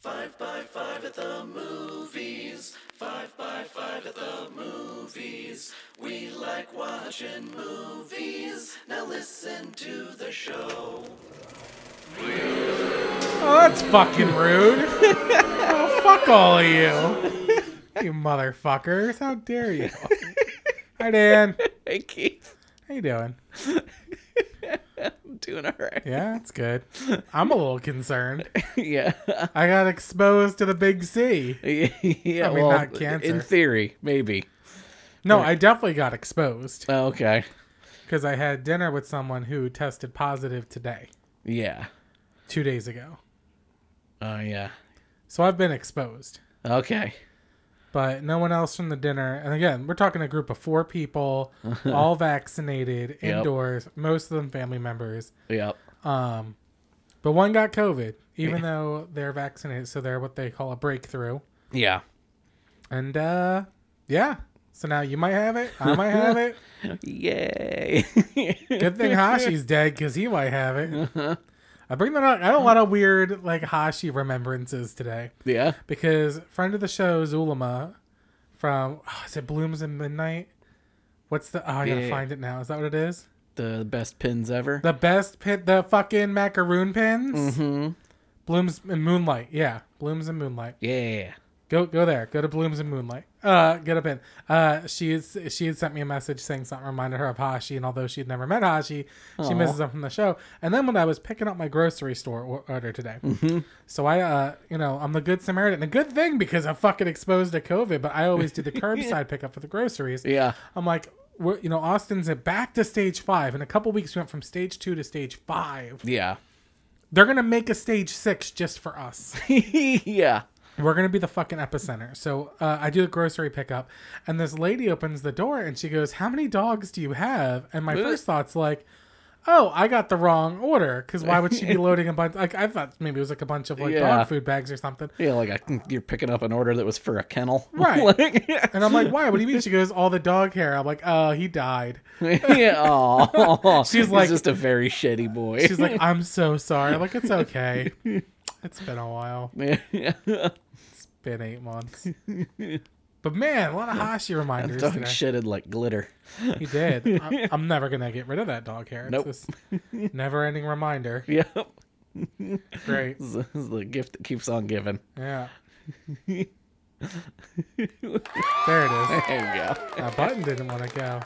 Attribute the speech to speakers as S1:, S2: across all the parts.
S1: Five by five at the movies. Five by five at the movies. We like watching movies. Now listen to the show.
S2: Oh, that's fucking rude. oh, fuck all of you. You motherfuckers. How dare you? Hi, Dan.
S3: Hey Keith,
S2: How you doing?
S3: I'm doing all right.
S2: Yeah, it's good. I'm a little concerned.
S3: Yeah,
S2: I got exposed to the big C.
S3: yeah.
S2: mean,
S3: well,
S2: not cancer.
S3: In theory, maybe.
S2: No, I definitely got exposed
S3: Oh, okay.
S2: because I had dinner with someone who tested positive today,
S3: Yeah.
S2: two days ago.
S3: Oh yeah.
S2: So I've been exposed,
S3: Okay.
S2: but no one else from the dinner. And again, we're talking a group of four people, all vaccinated, indoors, most of them family members.
S3: Yep.
S2: Um, but one got COVID, even though they're vaccinated, so they're what they call a breakthrough.
S3: Yeah.
S2: And uh, yeah, so now you might have it. I might have it.
S3: Yay.
S2: Good thing Hashi's dead because he might have it. I bring that up. I don't want a weird like Hashi remembrances today
S3: yeah.
S2: because friend of the show Zulama from oh, is it Blooms in Midnight? What's the oh I gotta
S3: Yeah.
S2: find it now. Is that what it is?
S3: The best pins ever.
S2: The best pit, the fucking macaroon pins.
S3: hmm
S2: Blooms in Moonlight. Yeah, Blooms in Moonlight.
S3: Yeah.
S2: go go there go to blooms and moonlight uh get up in uh she is she had sent me a message saying something reminded her of hashi and although she'd never met hashi she
S3: Aw.
S2: misses him from the show and then when i was picking up my grocery store or- order today
S3: Mm-hmm.
S2: so i uh you know i'm the good samaritan a good thing because i'm fucking exposed to covid but i always do the curbside pickup for the groceries
S3: Yeah.
S2: i'm like we're, you know austin's at back to stage five in a couple weeks we went from stage two to stage five
S3: Yeah.
S2: they're gonna make a stage six just for us
S3: yeah.
S2: we're gonna be the fucking epicenter. So uh, I do a grocery pickup, and this lady opens the door and she goes, "How many dogs do you have?" And my first thought's like, "Oh, I got the wrong order because why would she be loading a bunch? Like I thought maybe it was like a bunch of like
S3: Yeah.
S2: dog food bags or something."
S3: Yeah. Like I, you're picking up an order that was for a kennel.
S2: Right.
S3: Like-
S2: And I'm like, "Why? What do you mean?" She goes, "All the dog hair." I'm like, "Oh, he died."
S3: yeah. Aw.
S2: She's
S3: He's
S2: like-
S3: just a very shitty boy.
S2: She's like, "I'm so sorry." I'm like, "It's okay. It's been a while.
S3: yeah.
S2: It's been eight months." But man, a lot of Hashi reminders.
S3: Dog
S2: today.
S3: shitted like glitter.
S2: He did. I'm, I'm never gonna get rid of that dog hair. It's
S3: Nope.
S2: this never-ending reminder.
S3: Yep.
S2: Great.
S3: This is the gift that keeps on giving.
S2: Yeah.
S3: there
S2: There it is.
S3: you go.
S2: That button didn't want to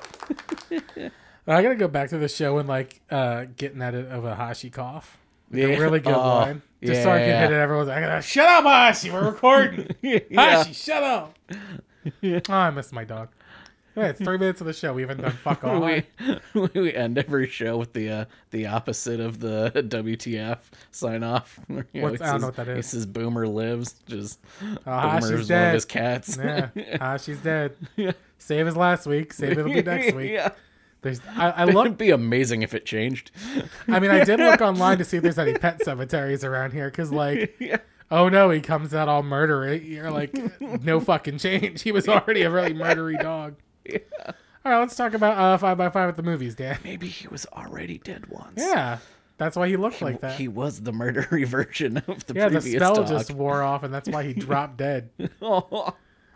S2: go. I gotta go back to the show and like uh, getting at it of a Hashi cough. Like
S3: Yeah.
S2: A really good
S3: Oh,
S2: one. Just so I can
S3: yeah.
S2: hit it. Everyone's like, "Ah, "Shut up, Hashi. We're recording.
S3: Yeah.
S2: Hashi, shut up." Oh, I miss my dog. Yeah, it's three minutes of the show. We haven't done fuck all.
S3: We, we end every show with the uh, the opposite of the WTF sign off. You know,
S2: What's-
S3: he
S2: I don't
S3: says-
S2: know what that
S3: He
S2: is.
S3: says Boomer lives. Just
S2: Oh,
S3: Boomer's
S2: Hashi's
S3: one of
S2: dead.
S3: his cats.
S2: Yeah, Hashi's dead. Save as last week. Save it'll be next week.
S3: yeah.
S2: There's, I, I
S3: It'd
S2: looked.
S3: be amazing if it changed.
S2: I mean, I did look online to see if there's any pet cemeteries around here, because like,
S3: Yeah.
S2: oh no, he comes out all murdery. You're like, no fucking change. He was already a really murdery dog. All right, let's talk about uh, five by five at the movies, Dan.
S3: Maybe he was already dead once.
S2: Yeah, that's why he looked like that.
S3: He was the murdery version of the
S2: yeah, the
S3: previous
S2: spell
S3: dog.
S2: just wore off, and that's why he dropped dead.
S3: Oh,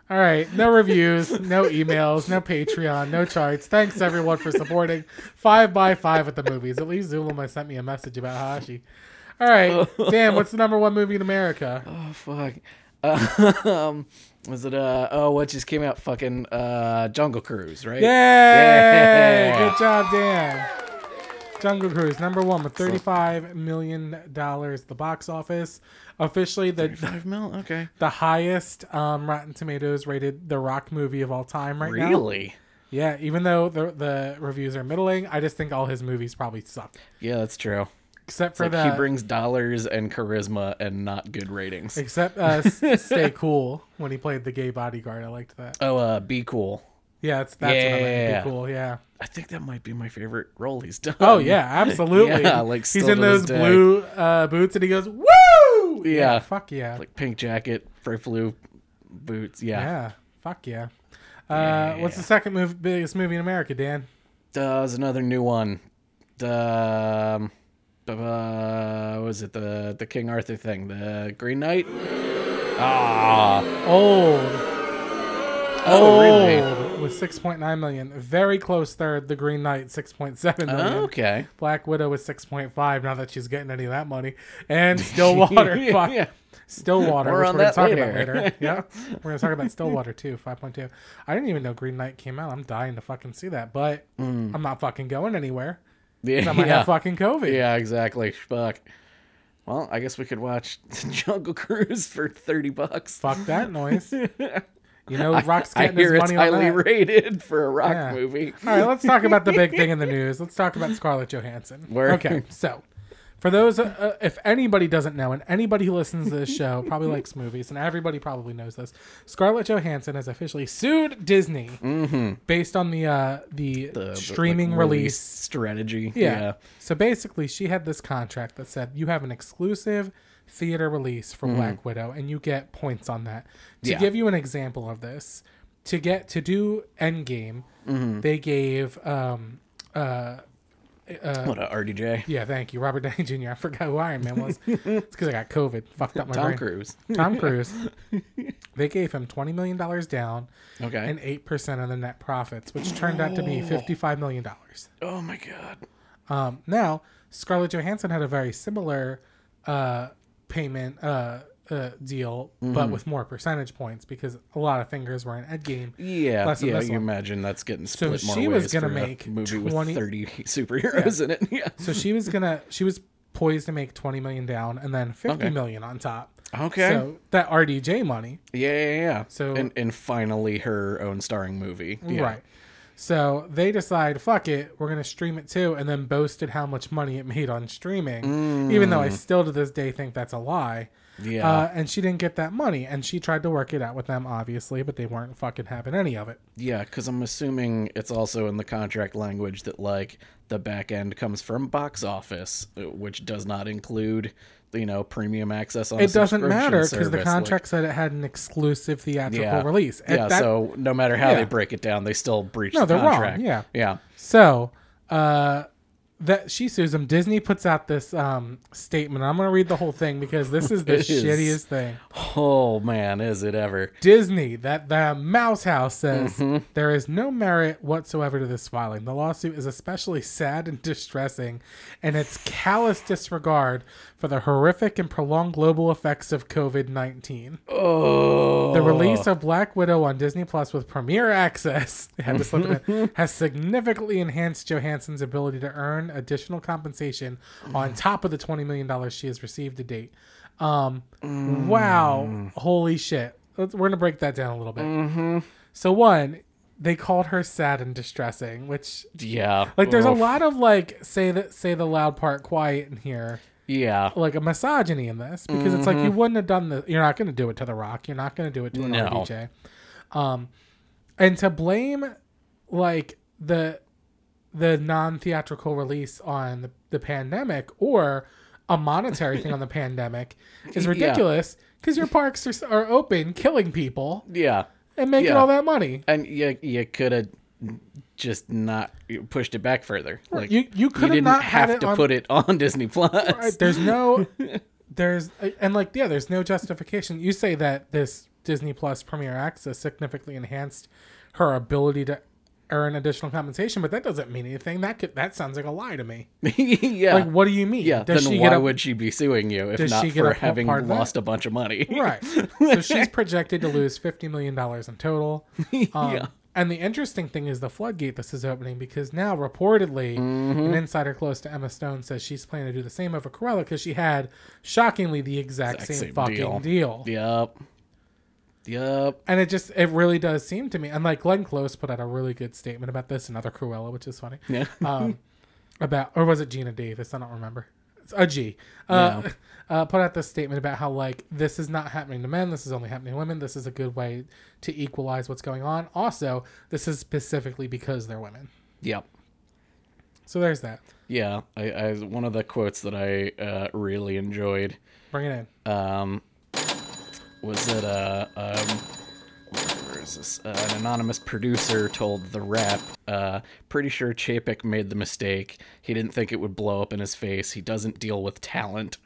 S2: All right, no reviews, no emails, no Patreon, no charts. Thanks everyone for supporting Five by Five at the movies. At least Zulima sent me a message about Hashi. All right, Dan, what's the number one movie in America?
S3: Oh fuck. Um, was it uh oh what just came out fucking uh Jungle Cruise, right?
S2: Yay!
S3: Yeah.
S2: Good job, Dan. Jungle Cruise, number one with thirty-five million dollars at the box office. Officially the
S3: Five mil? Okay.
S2: the highest um, Rotten Tomatoes rated The Rock movie of all time right now.
S3: Really?
S2: Yeah, even though the the reviews are middling, I just think all his movies probably suck.
S3: Yeah, that's true.
S2: except for
S3: Like
S2: the
S3: he brings dollars and charisma and not good ratings.
S2: except uh, S- stay cool when he played the gay bodyguard. I liked that.
S3: Oh, uh be cool.
S2: Yeah, it's that's what I meant.
S3: Yeah.
S2: Be cool. Yeah.
S3: I think that might be my favorite role he's done.
S2: Oh yeah, absolutely.
S3: Um, Yeah, like,
S2: he's
S3: still
S2: in
S3: to this
S2: those
S3: day.
S2: blue uh, boots and he goes woo.
S3: Yeah.
S2: Fuck yeah.
S3: Like pink jacket, bright blue boots. Yeah.
S2: yeah. Fuck yeah. Uh,
S3: Yeah.
S2: What's the second mov biggest movie in America, Dan?
S3: Uh, there's another new one. Um uh, what was it the the King Arthur thing? The Green Knight? Ah,
S2: Old.
S3: Oh, really?
S2: Old with 6.9 million. Very close third. The Green Knight, 6.7 million.
S3: Oh, okay.
S2: Black Widow with 6.5. Not that she's getting any of that money. And Stillwater. fi-
S3: yeah.
S2: Stillwater,
S3: We're
S2: which
S3: on
S2: we're going
S3: that
S2: to talk about
S3: later.
S2: later. yeah. We're going to talk about Stillwater too, 5.2. I didn't even know Green Knight came out. I'm dying to fucking see that, but I'm not fucking going anywhere. 'cause I might
S3: Mm. Yeah.
S2: have fucking COVID.
S3: Yeah, exactly. Fuck. Well, I guess we could watch Jungle Cruise for thirty bucks.
S2: Fuck that noise. You know, Rock's
S3: I
S2: getting
S3: hear
S2: his
S3: it's
S2: money on
S3: highly
S2: that.
S3: rated for a rock
S2: Yeah.
S3: movie. Uh,
S2: All right, let's talk about the big thing in the news. Let's talk about Scarlett Johansson.
S3: Word.
S2: Okay, so for those, uh, if anybody doesn't know, and anybody who listens to this show probably likes movies, and everybody probably knows this, Scarlett Johansson has officially sued Disney based on the uh, the,
S3: Mm-hmm. The- the,
S2: streaming
S3: like,
S2: release.
S3: strategy.
S2: Yeah.
S3: yeah.
S2: So basically, she had this contract that said you have an exclusive theater release for Black Widow, and you get points on that. To
S3: Mm-hmm. Yeah.
S2: give you an example of this, to get to do Endgame,
S3: Mm-hmm.
S2: they gave um,
S3: What a RDJ.
S2: Uh, yeah, thank you, Robert Downey Jr. I forgot who Iron Man was. it's because I got COVID, fucked up my
S3: Tom
S2: brain.
S3: Cruise.
S2: Tom Cruise. they gave him twenty million dollars down
S3: Okay.
S2: and eight percent of the net profits, which turned out to be fifty-five million dollars.
S3: oh my god.
S2: Um, now, Scarlett Johansson had a very similar uh, payment uh, uh, deal, but
S3: Mm-hmm.
S2: with more percentage points because a lot of fingers were in Endgame.
S3: Yeah,
S2: Less than
S3: yeah.
S2: this
S3: You
S2: one.
S3: imagine that's getting split more
S2: she was
S3: ways
S2: gonna
S3: for a
S2: make
S3: movie
S2: 20
S3: with thirty superheroes in it. Yeah.
S2: So she was gonna, she was poised to make twenty million down and then fifty
S3: Okay.
S2: million on top.
S3: Okay.
S2: So that RDJ money,
S3: yeah, yeah, yeah.
S2: So-
S3: and and finally her own starring movie. Yeah.
S2: right? So they decide, fuck it, we're gonna stream it too, and then boasted how much money it made on streaming, even though I
S3: Mm.
S2: still to this day think that's a lie.
S3: Yeah.
S2: Uh, and she didn't get that money. And she tried to work it out with them, obviously, but they weren't fucking having any of it.
S3: Yeah, because I'm assuming it's also in the contract language that like the back end comes from box office, uh, which does not include you know premium access on. a
S2: it doesn't
S3: subscription
S2: matter because the
S3: service, like-
S2: contract said it had an exclusive theatrical
S3: yeah,
S2: release. At
S3: yeah,
S2: that-
S3: so no matter how
S2: yeah.
S3: they break it down, they still breach
S2: No,
S3: the
S2: they're wrong,
S3: contract.
S2: yeah.
S3: yeah,
S2: so uh, that she sues them. Disney puts out this um, statement. I'm going to read the whole thing because this is the
S3: It is.
S2: shittiest thing.
S3: Oh man, is it ever?
S2: Disney, that the Mouse House says "There is no merit whatsoever to this filing. The lawsuit is especially sad and distressing, and its callous disregard for the horrific and prolonged global effects of COVID nineteen.
S3: Oh,
S2: The release of Black Widow on Disney Plus with premiere access they had to slip it in, has significantly enhanced Johansson's ability to earn additional compensation on top of the $20 million she has received to date. Um,
S3: Mm.
S2: Wow. Holy shit. Let's, we're going to break that down a little bit.
S3: Mm-hmm.
S2: So, one, they called her sad and distressing, which.
S3: yeah.
S2: Like there's
S3: Oof.
S2: a lot of like say that say the loud part quiet in here
S3: Yeah,
S2: like a misogyny in this because it's like you wouldn't have done this. You're not going to do it to The Rock. You're not going to do it to an
S3: Mm-hmm. No.
S2: RDJ. Um, and to blame like the the non theatrical release on the, the pandemic or a monetary thing on the pandemic is ridiculous because your parks are, are open, killing people
S3: yeah,
S2: and making
S3: Yeah.
S2: all that money.
S3: and you you could have just not pushed it back further. Like
S2: You you
S3: you
S2: could have
S3: didn't
S2: not had
S3: have
S2: it
S3: to
S2: on
S3: put it on Disney Plus.
S2: Right, there's no there's and like yeah there's no justification you say that this disney plus premiere access significantly enhanced her ability to earn additional compensation but that doesn't mean anything that could that sounds like a lie to me
S3: yeah.
S2: like what do you mean
S3: yeah,
S2: does
S3: then
S2: she
S3: why
S2: get a,
S3: would she be suing you if
S2: does
S3: not
S2: she get
S3: for
S2: a p-
S3: having
S2: part of that?
S3: lost a bunch of money?
S2: right so she's projected to lose 50 million dollars in total um,
S3: Yeah.
S2: and the interesting thing is the floodgate this is opening because now reportedly
S3: Mm-hmm.
S2: an insider close to emma stone says she's planning to do the same over corella because she had shockingly the exact,
S3: Exact
S2: same,
S3: same
S2: fucking
S3: deal.
S2: deal.
S3: Yep. Yep.
S2: and it just it really does seem to me and like glenn close put out a really good statement about this another cruella which is funny
S3: Yeah.
S2: um about or was it gina davis i don't remember it's a g uh, uh put out this statement about how like this is not happening to men this is only happening to women this is a good way to equalize what's going on also this is specifically because they're women
S3: Yep.
S2: so there's that
S3: Yeah. I, I one of the quotes that I uh, really enjoyed
S2: bring it in
S3: um, was it uh, um, where is this? Uh, an anonymous producer told the rep, uh, pretty sure Chapek made the mistake. He didn't think it would blow up in his face. He doesn't deal with talent.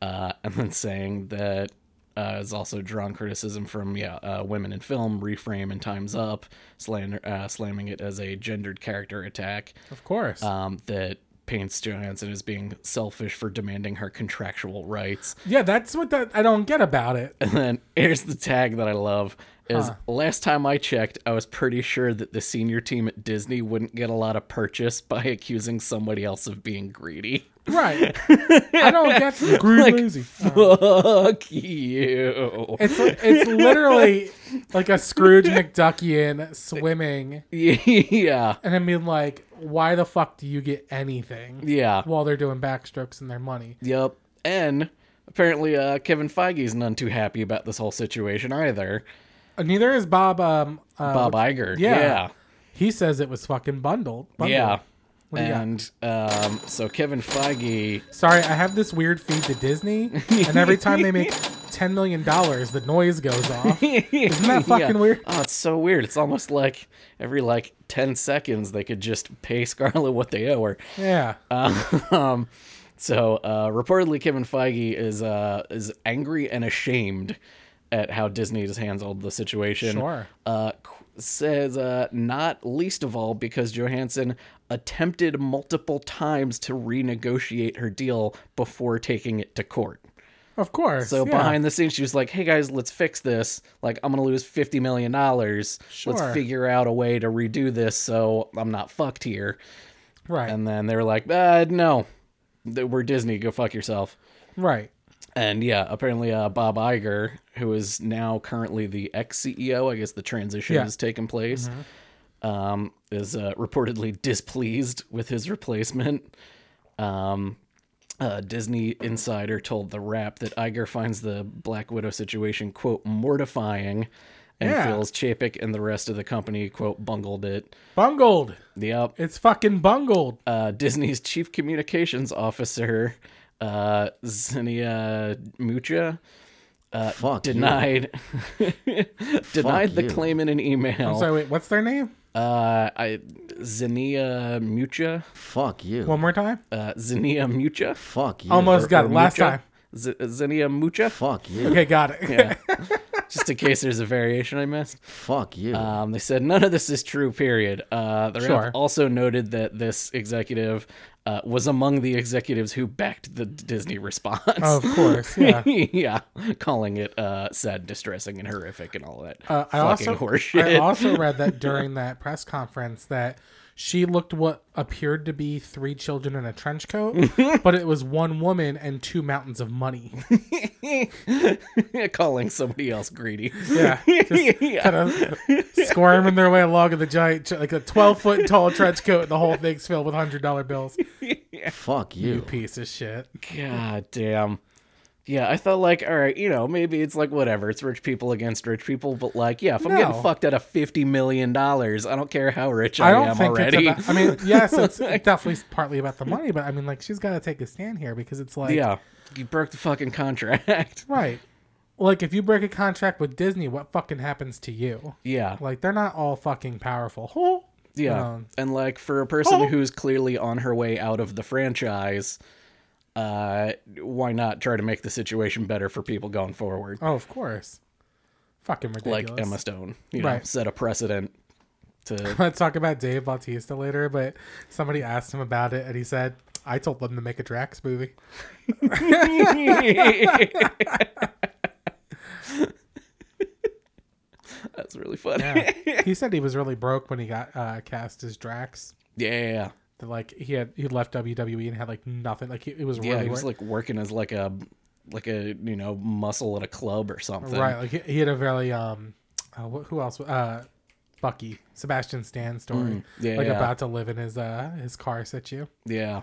S3: Uh, and then saying that Uh, has also drawn criticism from yeah uh, women in film, Reframe, and Times Up, slander, uh, slamming it as a gendered character attack.
S2: Of course.
S3: Um, that paints Johansson as being selfish for demanding her contractual rights.
S2: yeah, that's what that I don't get about it.
S3: And then here's the tag that I love is last time I checked, I was pretty sure that the senior team at Disney wouldn't get a lot of purchase by accusing somebody else of being greedy.
S2: Right. I don't get the greed
S3: Like,
S2: lazy.
S3: Fuck you.
S2: It's it's literally like a Scrooge McDuckian swimming
S3: yeah.
S2: and I mean like why the fuck do you get anything?
S3: Yeah.
S2: While they're doing backstrokes and their money.
S3: Yep. And apparently uh, Kevin Feige's none too happy about this whole situation either.
S2: Uh, Neither is Bob um uh,
S3: Bob Iger.
S2: yeah.
S3: yeah.
S2: he says it was fucking bundled. bundled.
S3: Yeah.
S2: What do you got?
S3: And um, so Kevin Feige,
S2: Sorry, I have this weird feed to Disney, and every time they make ten million dollars, the noise goes off. Isn't that fucking
S3: Yeah.
S2: weird?
S3: Oh, it's so weird. It's almost like every like ten seconds they could just pay Scarlett what they owe her.
S2: Yeah.
S3: Um, so uh, reportedly, Kevin Feige is uh, is angry and ashamed at how Disney has handled the situation.
S2: Sure.
S3: Uh, qu- says uh, not least of all because Johansson attempted multiple times to renegotiate her deal before taking it to court.
S2: Of course.
S3: So
S2: yeah.
S3: behind the scenes, she was like, "Hey guys, let's fix this. Like, I'm gonna lose fifty million dollars.
S2: Sure.
S3: Let's figure out a way to redo this so I'm not fucked here."
S2: right,
S3: And then they were like, uh, "No, Th- we're Disney. Go fuck yourself."
S2: right.
S3: And yeah, apparently uh, Bob Iger, who is now currently the ex CEO, I guess the transition
S2: Yeah. Mm-hmm.
S3: has taken place, um, is uh, reportedly displeased with his replacement. Um, a Disney insider told The Wrap that Iger finds the Black Widow situation, quote, mortifying, and
S2: Yeah.
S3: feels Chapek and the rest of the company, quote, bungled it.
S2: Bungled.
S3: Yep
S2: It's fucking bungled.
S3: uh, Disney's chief communications officer, uh, Zinnia Mucha,
S4: Uh, Fuck.
S3: denied denied
S4: Fuck
S3: the
S4: you.
S3: claim in an email.
S2: So wait, what's their name?
S3: Uh, I, Zinnia Mucha,
S4: You. Fuck you.
S2: One more time.
S3: uh, Zinnia Mucha,
S4: Fuck you. Er,
S2: Almost got it last
S3: Mucha?
S2: time.
S3: Z- Zinnia Mucha.
S4: Fuck you.
S2: Okay, got it.
S3: Just in case there's a variation I missed.
S4: Fuck you.
S2: Uh,
S3: Um, they said none of this is true. Period. Uh, the
S2: Sure.
S3: rep also noted that this executive uh, was among the executives who backed the Disney response.
S2: of course. Oh, Yeah.
S3: yeah, calling it uh, sad, distressing, and horrific, and all that.
S2: Uh, I
S3: Fucking
S2: also I
S3: horseshit.
S2: also read that during that press conference that she looked what appeared to be three children in a trench coat, but it was one woman and two mountains of money.
S3: calling somebody else greedy.
S2: Yeah, just kind of squirming their way along in the giant, like a twelve foot tall trench coat, and the whole thing's filled with hundred dollar bills.
S4: Fuck
S2: You
S4: you.
S2: piece of shit.
S3: God damn. Yeah, I thought like, all right, you know, maybe it's like whatever. It's rich people against rich people, but like, yeah, if I'm
S2: No.
S3: getting fucked out of fifty million dollars, I don't care how rich I,
S2: I don't
S3: am
S2: think
S3: already.
S2: it's about. I mean, yes, it's definitely partly about the money, but I mean, like, she's got to take a stand here because it's like,
S3: yeah, you broke the fucking contract.
S2: right. Like, if you break a contract with Disney, what fucking happens to you?
S3: yeah,
S2: Like, they're not all fucking powerful. Oh,
S3: Yeah.
S2: Um,
S3: and like for a person
S2: Oh.
S3: who's clearly on her way out of the franchise, uh why not try to make the situation better for people going forward?
S2: oh, of course. Fucking ridiculous.
S3: like Emma Stone, you know,
S2: Right.
S3: set a precedent to
S2: Let's talk about Dave Bautista later, but somebody asked him about it, and he said, "I told them to make a Drax movie."
S3: That's really funny.
S2: Yeah.
S3: Yeah.
S2: he said he was really broke when he got uh, cast as Drax.
S3: Yeah,
S2: That, like he had he left WWE and had like nothing. Like he, it was really
S3: he was
S2: wor-
S3: like working as like a like a, you know, muscle at a club or something.
S2: right. Like he, he had a very um, uh, wh- who else? Uh, Bucky Sebastian Stan story.
S3: Mm, yeah,
S2: like
S3: yeah.
S2: about to live in his uh his car. Set you.
S3: Yeah.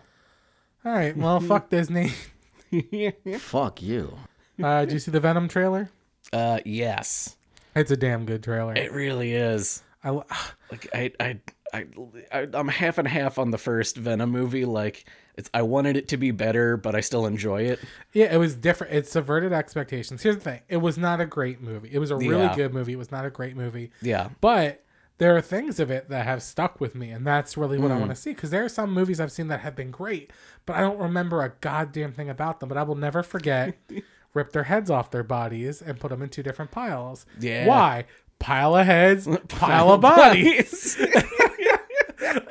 S2: All right. Well,
S3: Mm-hmm.
S2: fuck Disney.
S4: Fuck you.
S2: Uh, did you see the Venom trailer?
S3: Uh yes.
S2: It's a damn good trailer.
S3: It really is.
S2: I, lo-
S3: like I, I I I I'm half and half on the first Venom movie. Like it's I wanted it to be better, but I still enjoy it.
S2: yeah, it was different. It subverted expectations. Here's the thing: it was not a great movie. It was a really
S3: Yeah.
S2: good movie. It was not a great movie.
S3: Yeah,
S2: but there are things of it that have stuck with me and that's really what i
S3: Hmm.
S2: want to see because there are some movies i've seen that have been great but i don't remember a goddamn thing about them but i will never forget ripped their heads off their bodies and put them in two different piles.
S3: Yeah.
S2: Why? Pile of heads, pile of bodies.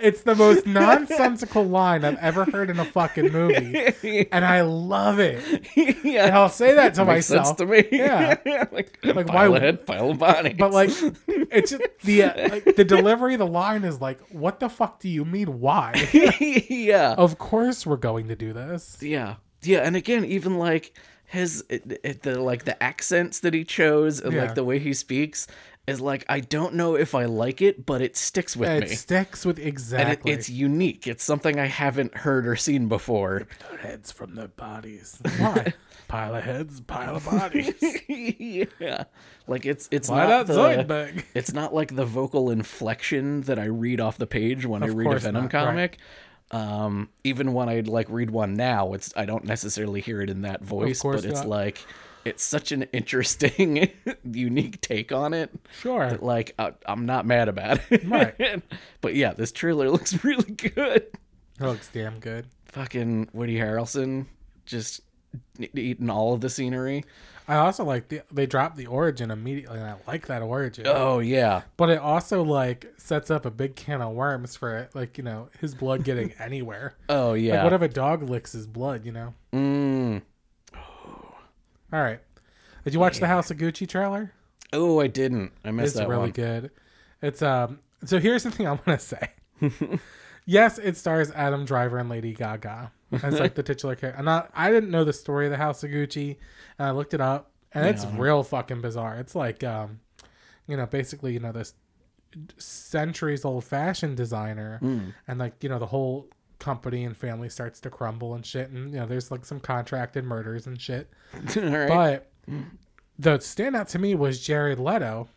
S2: It's the most nonsensical line I've ever heard in a fucking movie, and I love it. And
S3: yeah.
S2: I'll say that to
S3: Makes
S2: myself.
S3: sense to me.
S2: Yeah.
S3: like,
S2: Like,
S3: pile
S2: why-
S3: of head, pile of bodies.
S2: But like, it's just the uh, like, the delivery of the line is like, what the fuck do you mean? Why?
S3: yeah. Oh,
S2: of course we're going to do this.
S3: Yeah, yeah, and again, even like his it, it, the like the accents that he chose and
S2: Yeah.
S3: like the way he speaks is like I don't know if I like it, but it sticks with
S2: It
S3: me.
S2: sticks with
S3: And it,
S2: exactly.
S3: it's unique. It's something I haven't heard or seen before.
S2: their heads from their bodies. Why? pile of heads, pile of bodies.
S3: yeah, like it's it's
S2: Why not
S3: not the,
S2: Zoidberg?
S3: it's not like the vocal inflection that I read off the page when I
S2: Of
S3: read a
S2: course
S3: Venom
S2: not, right.
S3: comic. Um, even when I like read one now, it's I don't necessarily hear it in that voice,
S2: course
S3: but it's
S2: not.
S3: like it's such an interesting, unique take on it.
S2: Sure.
S3: That, like I, I'm not mad about it.
S2: Right.
S3: but yeah, this trailer looks really good.
S2: It looks damn good.
S3: Fucking Woody Harrelson just n- eating all of the scenery.
S2: I also like the, they dropped the origin immediately, and I like that origin.
S3: Oh yeah,
S2: But it also like sets up a big can of worms for it, like you know his blood getting anywhere.
S3: oh yeah.
S2: Like what if a dog licks his blood? You know.
S3: Mm.
S2: All right. Did you watch the House of Gucci trailer?
S3: Oh, I didn't. I missed
S2: It's
S3: that
S2: really
S3: one.
S2: good. It's um. So here's the thing I want to say. yes, it stars Adam Driver and Lady Gaga as like the titular character. And I, I didn't know the story of the House of Gucci, and I looked it up, and it's real fucking bizarre. It's like um, you know, basically you know this centuries old fashion designer,
S3: Hmm.
S2: and like you know the whole company and family starts to crumble and shit, and you know there's like some contracted murders and shit.
S3: all right. Mm.
S2: But the standout to me was Jared Leto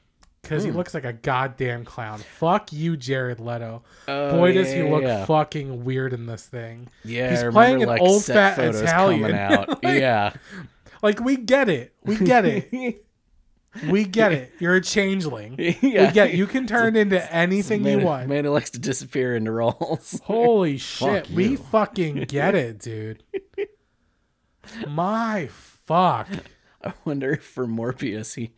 S2: because
S3: Mm.
S2: he looks like a goddamn clown. Fuck you, Jared Leto.
S3: Oh,
S2: Boy, does he
S3: yeah,
S2: look
S3: yeah.
S2: fucking weird in this thing.
S3: Yeah,
S2: He's
S3: I
S2: playing
S3: remember,
S2: an
S3: like,
S2: old fat
S3: set photos
S2: Italian.
S3: Coming out. yeah,
S2: Like, we get it. We get it. we get it. You're a changeling.
S3: yeah.
S2: We get you can turn into anything you
S3: Man-
S2: want.
S3: Man who likes to disappear into roles.
S2: Holy shit. We
S4: you.
S2: fucking get it, dude. My fuck.
S3: I wonder if for Morpheus he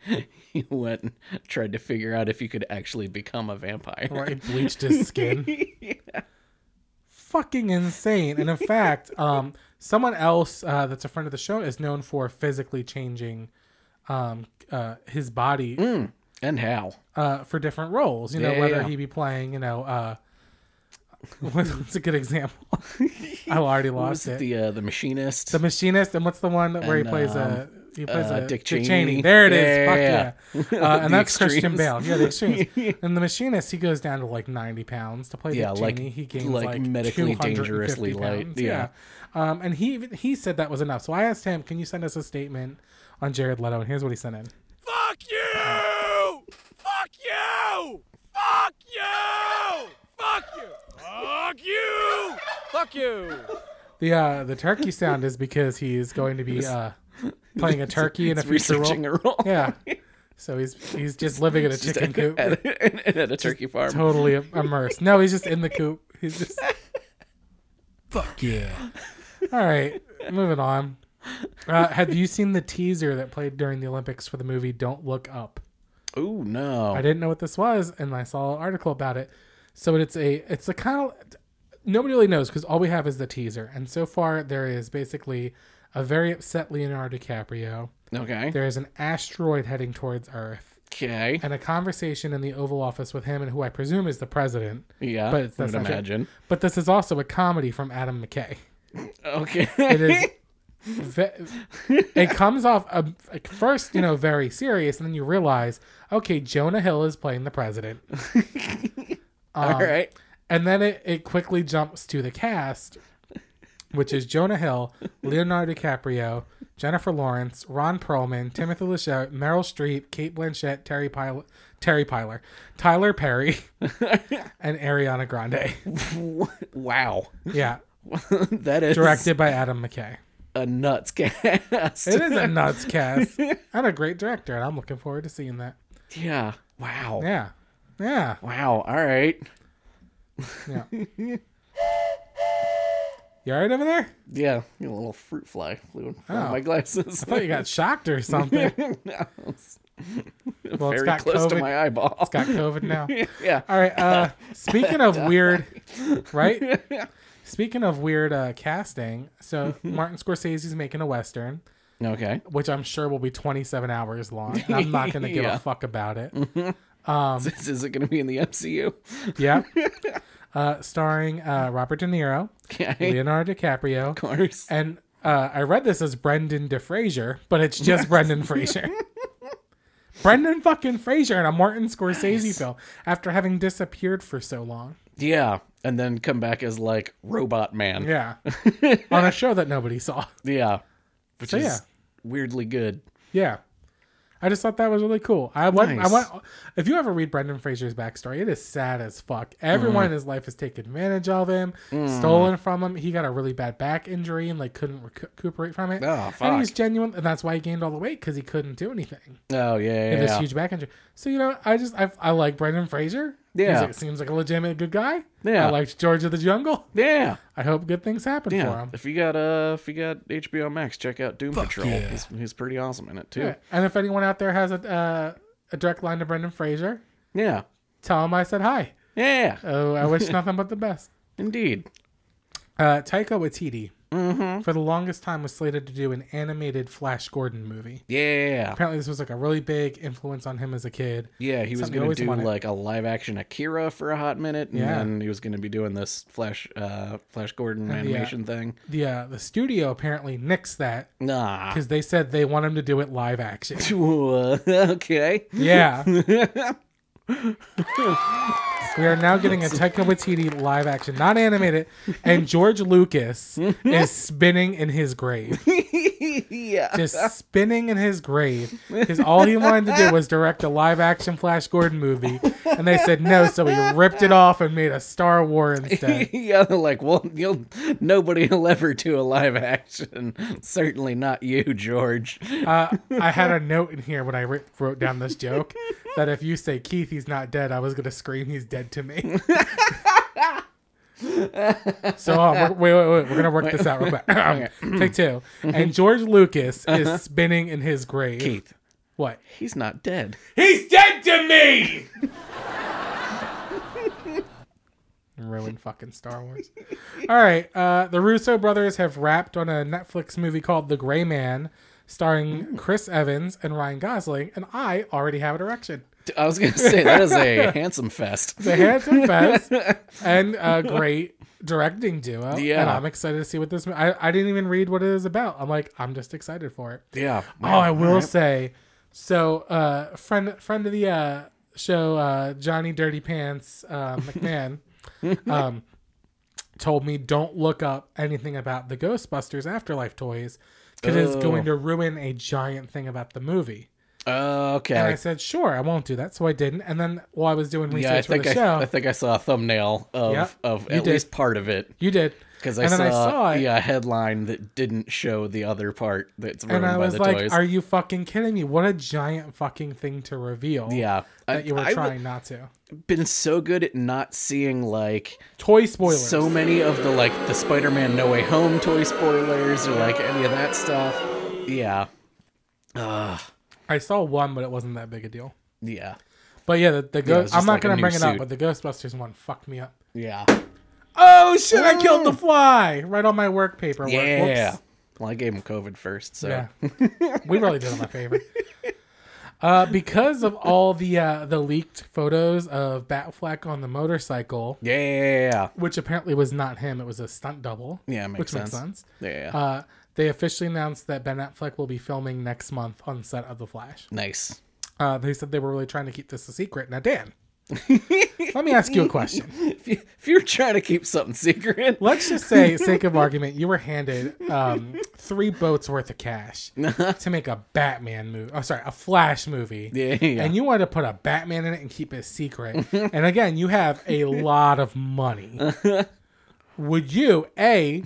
S3: he went and tried to figure out if he could actually become a vampire.
S2: Right, it bleached his skin. Fucking insane. And in fact, um, someone else uh, that's a friend of the show is known for physically changing um, uh, his body
S3: And how?
S2: uh, for different roles. You know,
S3: Mm. Yeah,
S2: whether
S3: yeah.
S2: he be playing, you know, uh, what- what's a good example? I already
S3: What Was
S2: lost
S3: it
S2: it.
S3: the uh, the machinist?
S2: The Machinist, and what's the one where
S3: And,
S2: he plays a
S3: um,
S2: he plays
S3: uh,
S2: a
S3: Dick
S2: Dick
S3: Cheney.
S2: Cheney. There it is.
S3: Yeah,
S2: Fuck
S3: yeah,
S2: yeah.
S3: yeah.
S2: Uh, and
S3: The
S2: that's Christian
S3: extremes.
S2: Bale. Yeah, the extremes. and the Machinist, he goes down to like ninety pounds to play
S3: Yeah,
S2: Dick
S3: like-
S2: Cheney. he gains
S3: like
S2: like,
S3: medically
S2: 250
S3: dangerously light.
S2: pounds.
S3: Yeah.
S2: Yeah. Um, and he even- he said that was enough. So I asked him, "Can you send us a statement on Jared Leto?" And here's what he sent in.
S5: Fuck you! Fuck you! Fuck you! Fuck you! Fuck you! Fuck you!
S2: The uh, the turkey sound is because he is going to be uh, playing a turkey in a
S3: It's
S2: future role.
S3: researching a role.
S2: Yeah. So he's he's just living in a chicken coop.
S3: at, a, at a turkey farm.
S2: totally im- immersed. No, he's just in the coop. He's just.
S5: Fuck yeah!
S2: All right, moving on. Uh, have you seen the teaser that played during the Olympics for the movie Don't Look Up?
S3: Ooh no!
S2: I didn't know what this was, and I saw an article about it. So it's a it's a kind of nobody really knows because all we have is the teaser, and so far there is basically a very upset Leonardo DiCaprio.
S3: okay.
S2: There is an asteroid heading towards Earth,
S3: Okay.
S2: and a conversation in the Oval Office with him and who I presume is the president.
S3: Yeah.
S2: But that's
S3: I would
S2: not it.
S3: imagine.
S2: But this is also a comedy from Adam McKay.
S3: Okay.
S2: It is. ve- it comes off um, like, first, you know, very serious, and then you realize, okay, Jonah Hill is playing the president, um,
S3: All right.
S2: and then it, it quickly jumps to the cast, which is Jonah Hill, Leonardo DiCaprio, Jennifer Lawrence, Ron Perlman, Timothy Lachey, Meryl Streep, Kate Blanchett, Terry Pil- Terry Pilar, Tyler Perry, and Ariana Grande.
S3: Wow.
S2: Yeah,
S3: that is
S2: directed by Adam McKay.
S3: a nuts cast.
S2: It is a nuts cast and a great director, and I'm looking forward to seeing that.
S3: Yeah. Wow.
S2: Yeah, yeah,
S3: Wow. All right.
S2: yeah. You all right over there?
S3: Yeah, you know, a little fruit fly flew in front of
S2: Oh.
S3: my glasses.
S2: I thought you got shocked or something.
S3: No, it's
S2: Well, it's
S3: very
S2: got
S3: close to
S2: COVID.
S3: my eyeball.
S2: It's got COVID now.
S3: yeah.
S2: All right. Uh, speaking of weird, right? Speaking of weird uh, casting, so Martin Scorsese's making a western,
S3: Okay.
S2: which I'm sure will be 27 hours long. and I'm not going to give
S3: Yeah.
S2: a fuck about it. Um,
S3: This is it going to be in the MCU?
S2: Yeah. Uh, starring uh, Robert De Niro,
S3: Okay.
S2: Leonardo DiCaprio,
S3: Of course.
S2: and uh, I read this as Brendan DeFraser, but it's just Brendan Fraser. Brendan fucking Fraser in a Martin Scorsese film after having disappeared for so long.
S3: Yeah. And then come back as like Robot Man.
S2: Yeah. On a show that nobody saw.
S3: Yeah. Which
S2: So,
S3: is
S2: yeah.
S3: weirdly good.
S2: Yeah. I just thought that was really cool. I want, I
S3: Nice.
S2: want. If you ever read Brendan Fraser's backstory, it is sad as fuck. Everyone
S3: Mm.
S2: in his life has taken advantage of him, stolen from him. He got a really bad back injury and like couldn't recu- recuperate from it.
S3: Oh,
S2: And
S3: fuck.
S2: he's genuine, and that's why he gained all the weight because he couldn't do anything.
S3: Oh, yeah.
S2: in
S3: Yeah.
S2: This
S3: yeah.
S2: huge back injury. So you know, I just I, I like Brendan Fraser.
S3: Yeah.
S2: He's- seems like a legitimate good guy.
S3: Yeah.
S2: I liked George of the Jungle.
S3: yeah.
S2: I hope good things happen
S3: Yeah.
S2: for him.
S3: If you got uh if you got HBO Max, check out Doom Patrol.
S5: yeah.
S3: He's, he's pretty awesome in it too.
S2: Yeah. And if anyone out there has a uh, a direct line to Brendan Fraser,
S3: Yeah.
S2: tell him I said hi.
S3: Yeah.
S2: Oh, I wish nothing but the best.
S3: Indeed.
S2: Uh, Taika Waititi,
S3: Mm-hmm.
S2: for the longest time, was slated to do an animated Flash Gordon movie.
S3: Yeah.
S2: Apparently, this was like a really big influence on him as a kid.
S3: Yeah, he was
S2: Something I
S3: going
S2: always
S3: to do
S2: wanted.
S3: like a live action Akira for a hot minute, and
S2: Yeah.
S3: then he was going to be doing this Flash, uh, Flash Gordon
S2: And the, uh,
S3: animation thing.
S2: The uh, the studio apparently nixed that
S3: Nah.
S2: because they said they want him to do it live action.
S3: Whoa, okay.
S2: Yeah. we are now getting a Taika Waititi live action, not animated, and George Lucas is spinning in his grave.
S3: yeah.
S2: Just spinning in his grave. Because all he wanted to do was direct a live action Flash Gordon movie. And they said no, so he ripped it off and made a Star War instead.
S3: yeah, they're like, well, you'll nobody will ever do a live action. Certainly not you, George.
S2: Uh, I had a note in here when I writ- wrote down this joke that if you say Keith, he's not dead, I was gonna scream, he's dead to me. so uh, we're, wait, wait, wait, we're gonna work this out real quick. Take two. And George Lucas is spinning in his grave.
S3: Keith,
S2: What?
S3: he's not dead.
S2: He's dead to me. Ruin fucking Star Wars. All right, uh, the Russo brothers have rapped on a Netflix movie called The Gray Man, starring Chris Evans and Ryan Gosling, and I already have an erection.
S3: I was going to say that is a handsome fest.
S2: The handsome fest and a great directing duo.
S3: Yeah.
S2: and I'm excited to see what this. mo- I I didn't even read what it is about. I'm like, I'm just excited for it.
S3: Yeah.
S2: Oh, I will say. So, uh, friend friend of the uh, show, uh, Johnny Dirty Pants uh, McMahon, um, told me don't look up anything about the Ghostbusters Afterlife toys because it's
S3: Oh.
S2: going to ruin a giant thing about the movie. And I
S3: Okay.
S2: said, sure, I won't do that. So I didn't. And then while I was doing research
S3: Yeah, I
S2: for
S3: think
S2: the
S3: I,
S2: show,
S3: I think I saw a thumbnail of
S2: Yep,
S3: of
S2: you
S3: at
S2: did.
S3: least part of it.
S2: you did.
S3: Because I,
S2: and
S3: saw,
S2: then I saw it.
S3: yeah, a headline that didn't show the other part that's ruined
S2: And I
S3: by
S2: was
S3: the
S2: like,
S3: toys.
S2: are you fucking kidding me? What a giant fucking thing to reveal.
S3: yeah,
S2: That you were
S3: I've
S2: trying not to.
S3: been so good at not seeing like
S2: Toy spoilers.
S3: so many of the like the Spider-Man No Way Home toy spoilers or like any of that stuff. Yeah,
S2: I saw one, but it wasn't that big a deal.
S3: yeah,
S2: But yeah, the, the
S3: it
S2: Go-
S3: was just
S2: I'm not
S3: like a
S2: gonna
S3: new
S2: bring it up,
S3: suit.
S2: but the Ghostbusters one fucked me up.
S3: yeah,
S2: Oh shit! I killed the fly right on my work paper.
S3: yeah. Well, I gave him COVID first, so
S2: yeah. we really did him a favor. Uh, because of all the uh, the leaked photos of Batfleck on the motorcycle,
S3: yeah,
S2: which apparently was not him, it was a stunt double.
S3: Yeah, makes
S2: which makes
S3: sense.
S2: sense.
S3: yeah,
S2: Uh, they officially announced that Ben Affleck will be filming next month on set of The Flash.
S3: nice.
S2: Uh, they said they were really trying to keep this a secret. Now, Dan, let me ask you a question.
S3: If, you, if you're trying to keep something secret,
S2: Let's just say, sake of argument, you were handed um, three boats worth of cash to make a Batman movie. Oh, sorry, a Flash movie.
S3: yeah, yeah.
S2: And you wanted to put a Batman in it and keep it a secret. and again, you have a lot of money. Would you a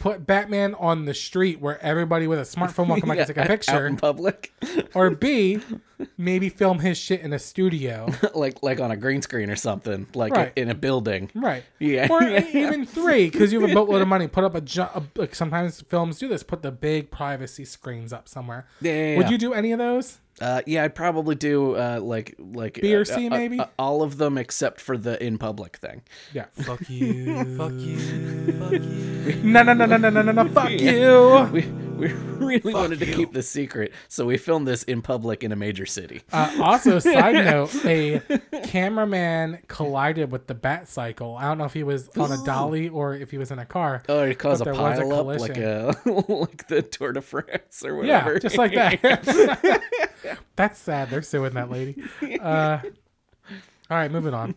S2: put Batman on the street where everybody with a smartphone will come out
S3: Yeah,
S2: and take a
S3: out- out
S2: picture,
S3: in public,
S2: or b maybe film his shit in a studio?
S3: like like on a green screen or something, like
S2: Right.
S3: in a building.
S2: Right.
S3: Yeah.
S2: Or e- even three, because you have a boatload of money. Put up a, ju- a like sometimes films do this. Put the big privacy screens up somewhere.
S3: Yeah, yeah,
S2: Would
S3: yeah.
S2: you do any of those?
S3: Uh, yeah, I'd probably do uh, like like
S2: B or
S3: uh,
S2: C,
S3: uh,
S2: maybe?
S3: uh, all of them except for the in public thing.
S2: Yeah.
S5: Fuck you. Fuck you. Fuck you.
S2: No, no, no, no, no, no, no, no. Fuck you.
S3: We we really wanted to keep this secret, so we filmed this in public in a major city.
S2: Uh, also, side note: a cameraman collided with the bat cycle. I don't know if he was on a dolly or if he was in a car.
S3: Oh, it caused a
S2: But there was a
S3: pile up like a like the Tour de France or
S2: yeah,
S3: whatever.
S2: just like that. That's sad. They're suing that lady. Uh, all right, moving on.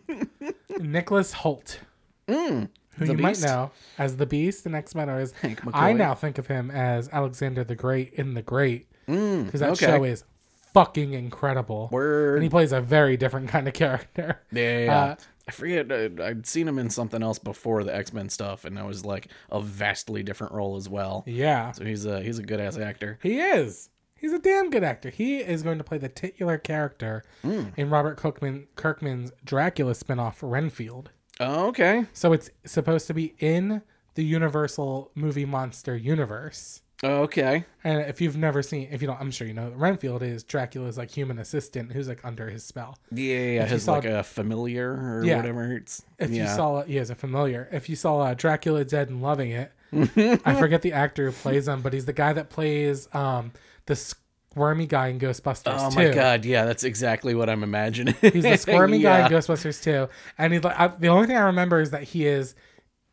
S2: Nicholas Holt, who
S3: Mm, the
S2: you might
S3: Beast?
S2: know as the Beast in X Men, or as
S3: Hank
S2: I
S3: McCoy.
S2: now think of him as Alexander the Great in The Great, because that
S3: Mm, okay.
S2: show is fucking incredible.
S3: Word.
S2: And he plays a very different kind of character.
S3: Yeah, yeah, yeah.
S2: Uh,
S3: I forget. I'd, I'd seen him in something else before the X Men stuff, and that was like a vastly different role as well.
S2: Yeah,
S3: So he's a he's a good ass actor.
S2: he is. He's a damn good actor. He is going to play the titular character
S3: Mm.
S2: in Robert Kirkman, Kirkman's Dracula spinoff, Renfield.
S3: Oh, okay.
S2: So it's supposed to be in the Universal movie monster universe.
S3: Oh, okay.
S2: And if you've never seen, if you don't, I'm sure you know, Renfield is Dracula's like human assistant who's like under his spell.
S3: Yeah, yeah. yeah. His
S2: saw-
S3: like a familiar or
S2: Yeah.
S3: whatever. It's,
S2: If you
S3: yeah.
S2: saw, yeah, as a familiar, if you saw uh, Dracula Dead and Loving It, I forget the actor who plays him, but he's the guy that plays um the squirmy guy in Ghostbusters
S3: Oh
S2: 2.
S3: my god, yeah, that's exactly what I'm imagining.
S2: He's the squirmy guy in
S3: Yeah.
S2: Ghostbusters 2. And he's like, I, the only thing I remember is that he is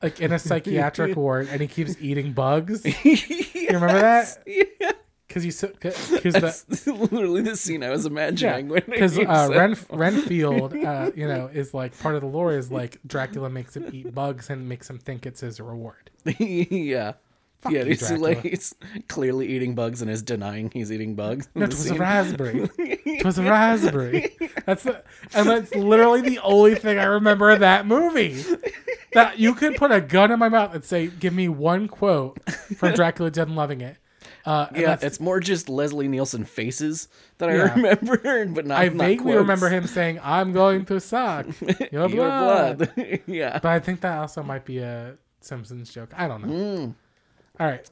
S2: like in a psychiatric ward and he keeps eating bugs. You remember that?
S3: Yeah,
S2: Because he's so, because the
S3: that's literally the scene I was imagining
S2: yeah,
S3: when you
S2: because uh,
S3: said-
S2: Renf- Renfield, uh, you know, is like part of the lore is like Dracula makes him eat bugs and makes him think it's his reward.
S3: yeah. yeah,
S2: you,
S3: he's
S2: Dracula.
S3: like he's clearly eating bugs and is denying he's eating bugs. in
S2: No,
S3: the
S2: it was a
S3: scene.
S2: raspberry. It was a raspberry. That's the, and that's literally the only thing I remember of that movie. That you could put a gun in my mouth and say, "Give me one quote from Dracula Dead and Loving It." Uh, and
S3: Yeah,
S2: that's-
S3: it's more just Leslie Nielsen faces that I
S2: Yeah.
S3: remember, but not.
S2: I
S3: not
S2: vaguely
S3: quotes.
S2: remember him saying, "I'm going to suck your
S3: Your
S2: blood.
S3: blood. yeah.
S2: But I think that also might be a Simpsons joke. I don't know. All right.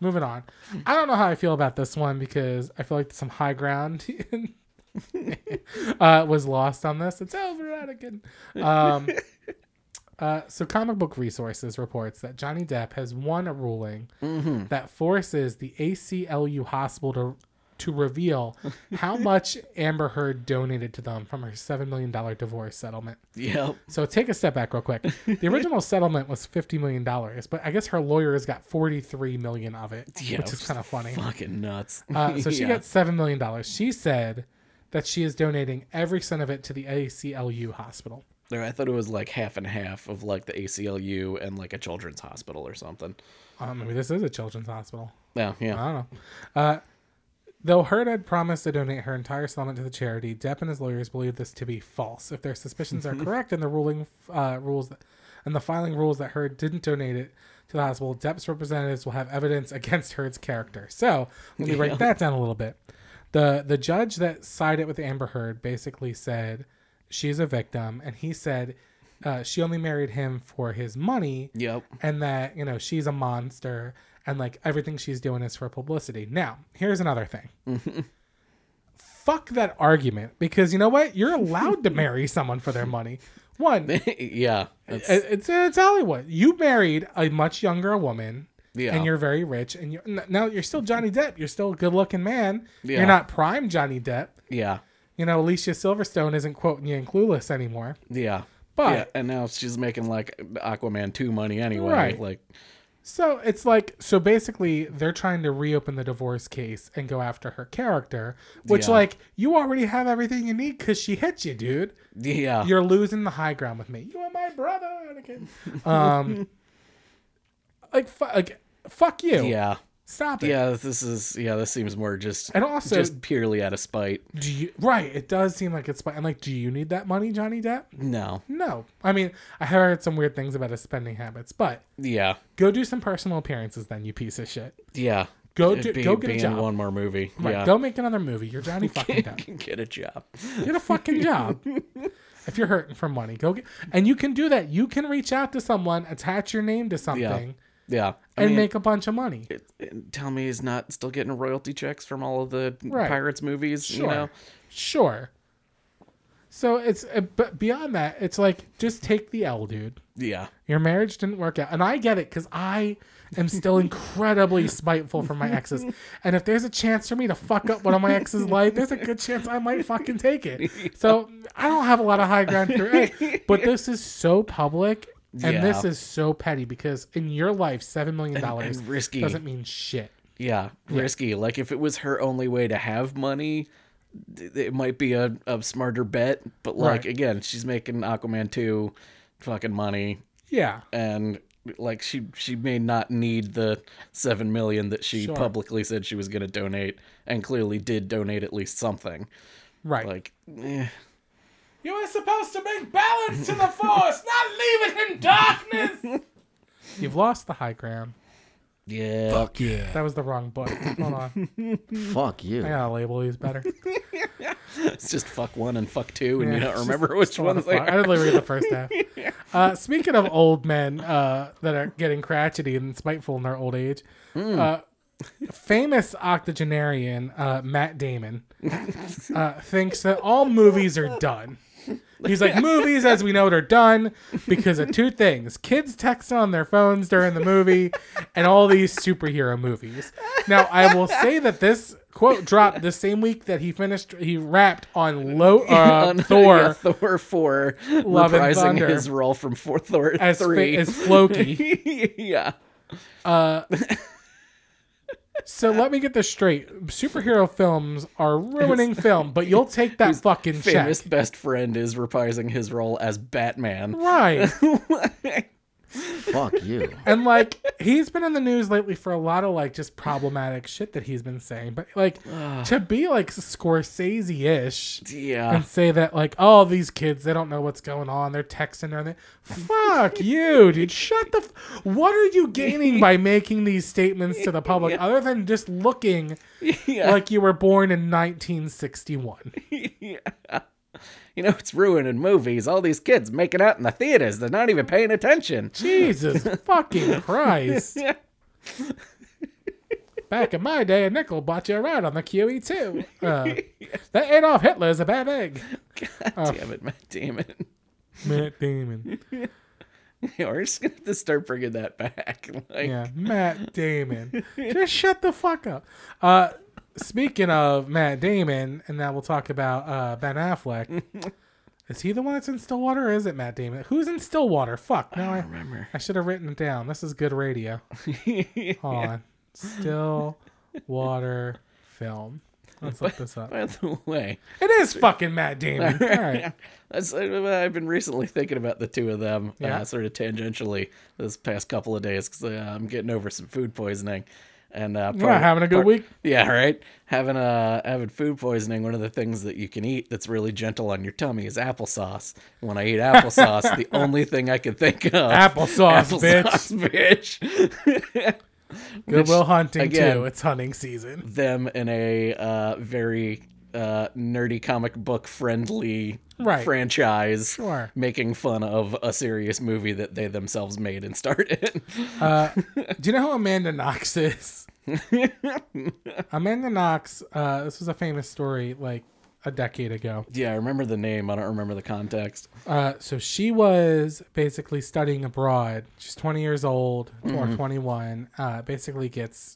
S2: Moving on. I don't know how I feel about this one because I feel like some high ground uh, was lost on this. It's over, Anakin. Um, uh, so, Comic Book Resources reports that Johnny Depp has won a ruling that forces the ACLU hospital to, to reveal how much Amber Heard donated to them from her $7 million divorce settlement.
S3: Yep.
S2: So take a step back real quick. The original settlement was fifty million dollars, but I guess her lawyers got forty three million of it,
S3: Yeah,
S2: which is kind of funny.
S3: Fucking nuts.
S2: Uh, so she
S3: Yeah.
S2: got seven million dollars. She said that she is donating every cent of it to the ACLU hospital.
S3: There, I thought it was like half and half of like the ACLU and like a children's hospital or something.
S2: Um, maybe this is a children's hospital.
S3: Yeah, yeah.
S2: I don't know. Uh, though Heard had promised to donate her entire settlement to the charity, Depp and his lawyers believe this to be false. If their suspicions are correct, and the ruling uh, rules that, and the filing rules that Heard didn't donate it to the hospital, Depp's representatives will have evidence against Heard's character. So let me break that down a little bit. the The judge that sided with Amber Heard basically said she's a victim, and he said uh, she only married him for his money
S3: Yep.
S2: and that you know she's a monster and like everything she's doing is for publicity now here's another thing fuck that argument because you know what you're allowed to marry someone for their money one it-
S3: yeah. That's,
S2: it's it's hollywood you married a much younger woman
S3: Yeah.
S2: and you're very rich and you're n- now you're still johnny depp you're still a good looking man
S3: Yeah.
S2: you're not prime johnny depp
S3: yeah.
S2: you know alicia silverstone isn't quoting you in clueless anymore
S3: Yeah.
S2: But-
S3: yeah, and now she's making like Aquaman 2 money anyway.
S2: Right.
S3: Like
S2: So it's like so basically they're trying to reopen the divorce case and go after her character, which
S3: Yeah.
S2: like you already have everything you need because she hit you, dude.
S3: yeah.
S2: You're losing the high ground with me. You are my brother, Anakin. Um, like, fu- like fuck you.
S3: yeah.
S2: Stop it.
S3: Yeah, this is yeah. This seems more just
S2: And also-
S3: just purely out of spite.
S2: Do you, right. It does seem like it's. sp- And like, do you need that money, Johnny Depp?
S3: No,
S2: No. I mean, I heard some weird things about his spending habits, but
S3: yeah,
S2: go do some personal appearances then, you piece of shit.
S3: yeah.
S2: Go
S3: It'd
S2: do-
S3: be,
S2: go get a
S3: be in
S2: job.
S3: one more movie.
S2: Right.
S3: yeah,
S2: Go make another movie. You're Johnny fucking Depp.
S3: get a job.
S2: Get a fucking job. if you're hurting for money, go get. And you can do that. You can reach out to someone, attach your name to something,
S3: Yeah, I
S2: and
S3: mean,
S2: make a bunch of money.
S3: it- it- tell me he's not still getting royalty checks from all of the
S2: Right.
S3: pirates movies.
S2: Sure.
S3: You know,
S2: Sure. So it's uh, but beyond that, it's like just take the L, dude.
S3: yeah,
S2: Your marriage didn't work out. And I get it because I am still incredibly spiteful for my exes. And if there's a chance for me to fuck up one of my exes' life, there's a good chance I might fucking take it. So I don't have a lot of high ground here. Hey, But this is so public and
S3: Yeah.
S2: this is so petty because in your life, $7 million dollars
S3: and risky.
S2: doesn't mean shit.
S3: yeah, risky. Like if it was her only way to have money, th- it might be a, a smarter bet. But like
S2: Right.
S3: again, she's making Aquaman two, fucking money,
S2: Yeah.
S3: and like she she may not need the seven million that she
S2: Sure.
S3: publicly said she was going to donate, and clearly did donate at least something.
S2: Right.
S3: Like, eh,
S2: you are supposed to bring balance to the force, not leave it in darkness. You've lost the high ground.
S3: yeah,
S4: Fuck you.
S2: That was the wrong book. Hold on.
S4: Fuck
S2: I
S4: you.
S2: gotta label these better.
S3: it's just fuck one and fuck two, and you
S2: Yeah,
S3: don't
S2: it's
S3: remember
S2: just-
S3: which
S2: just a lot
S3: ones
S2: of
S3: they
S2: fuck.
S3: are.
S2: I didn't read the first half. Uh, speaking of old men uh, that are getting cratchety and spiteful in their old age, uh, famous octogenarian uh, Matt Damon uh, thinks that all movies are done. He's like, movies as we know it are done because of two things kids texting on their phones during the movie and all these superhero movies. Now, I will say that this quote dropped the same week that he finished, he rapped on Low, uh,
S3: on
S2: Thor
S3: yeah, Thor four,
S2: Love and
S3: reprising
S2: Thunder.
S3: his role from Thor, Thor
S2: as, fa-
S3: three.
S2: as Floki.
S3: yeah,
S2: so let me get this straight. Superhero films are ruining film, but you'll take that fucking check.
S3: famous best friend is reprising his role as Batman.
S2: Right.
S4: Fuck you.
S2: And like he's been in the news lately for a lot of like just problematic shit that he's been saying. But like to be like Scorsese ish
S3: Yeah,
S2: and say that like, oh these kids, they don't know what's going on. They're texting and they fuck you, dude. Shut the f- what are you gaining by making these statements to the public other than just looking
S3: yeah.
S2: like you were born in 1961.
S3: yeah. You know, it's ruining movies. All these kids making out in the theaters. They're not even paying attention.
S2: Jesus fucking Christ. Back in my day, a nickel bought you a ride on the QE2. Uh, that Adolf Hitler is a bad egg.
S3: God damn it, Matt Damon.
S2: Matt Damon.
S3: We're just going to have to start bringing that back. Like,
S2: Yeah, Matt Damon. Just shut the fuck up. Uh, speaking of Matt Damon, and now we'll talk about uh, Ben Affleck. Is he the one that's in Stillwater or is it Matt Damon? Who's in Stillwater? Fuck. Now I,
S3: remember.
S2: I should have written it down. This is good radio. Hold on. Still water film. Let's look this up.
S3: By the way,
S2: It is fucking Matt Damon. All right.
S3: that's, uh, I've been recently thinking about the two of them,
S2: Yeah.
S3: uh, sort of tangentially, this past couple of days because uh, I'm getting over some food poisoning. And uh,
S2: We're not having a good week.
S3: Yeah, right. Having uh having food poisoning, one of the things that you can eat that's really gentle on your tummy is applesauce. When I eat applesauce, the only thing I can think of
S2: Applesauce,
S3: bitch. bitch.
S2: Goodwill Hunting
S3: again-
S2: too. It's hunting season.
S3: Them in a uh, very uh, nerdy comic book friendly
S2: Right.
S3: franchise,
S2: Sure.
S3: making fun of a serious movie that they themselves made and started.
S2: Do you know who Amanda Knox is? Amanda Knox. Uh, this was a famous story like a decade ago.
S3: yeah, I remember the name. I don't remember the context.
S2: Uh, so she was basically studying abroad. She's 20 years old
S3: Mm-hmm.
S2: or 21. Uh, basically gets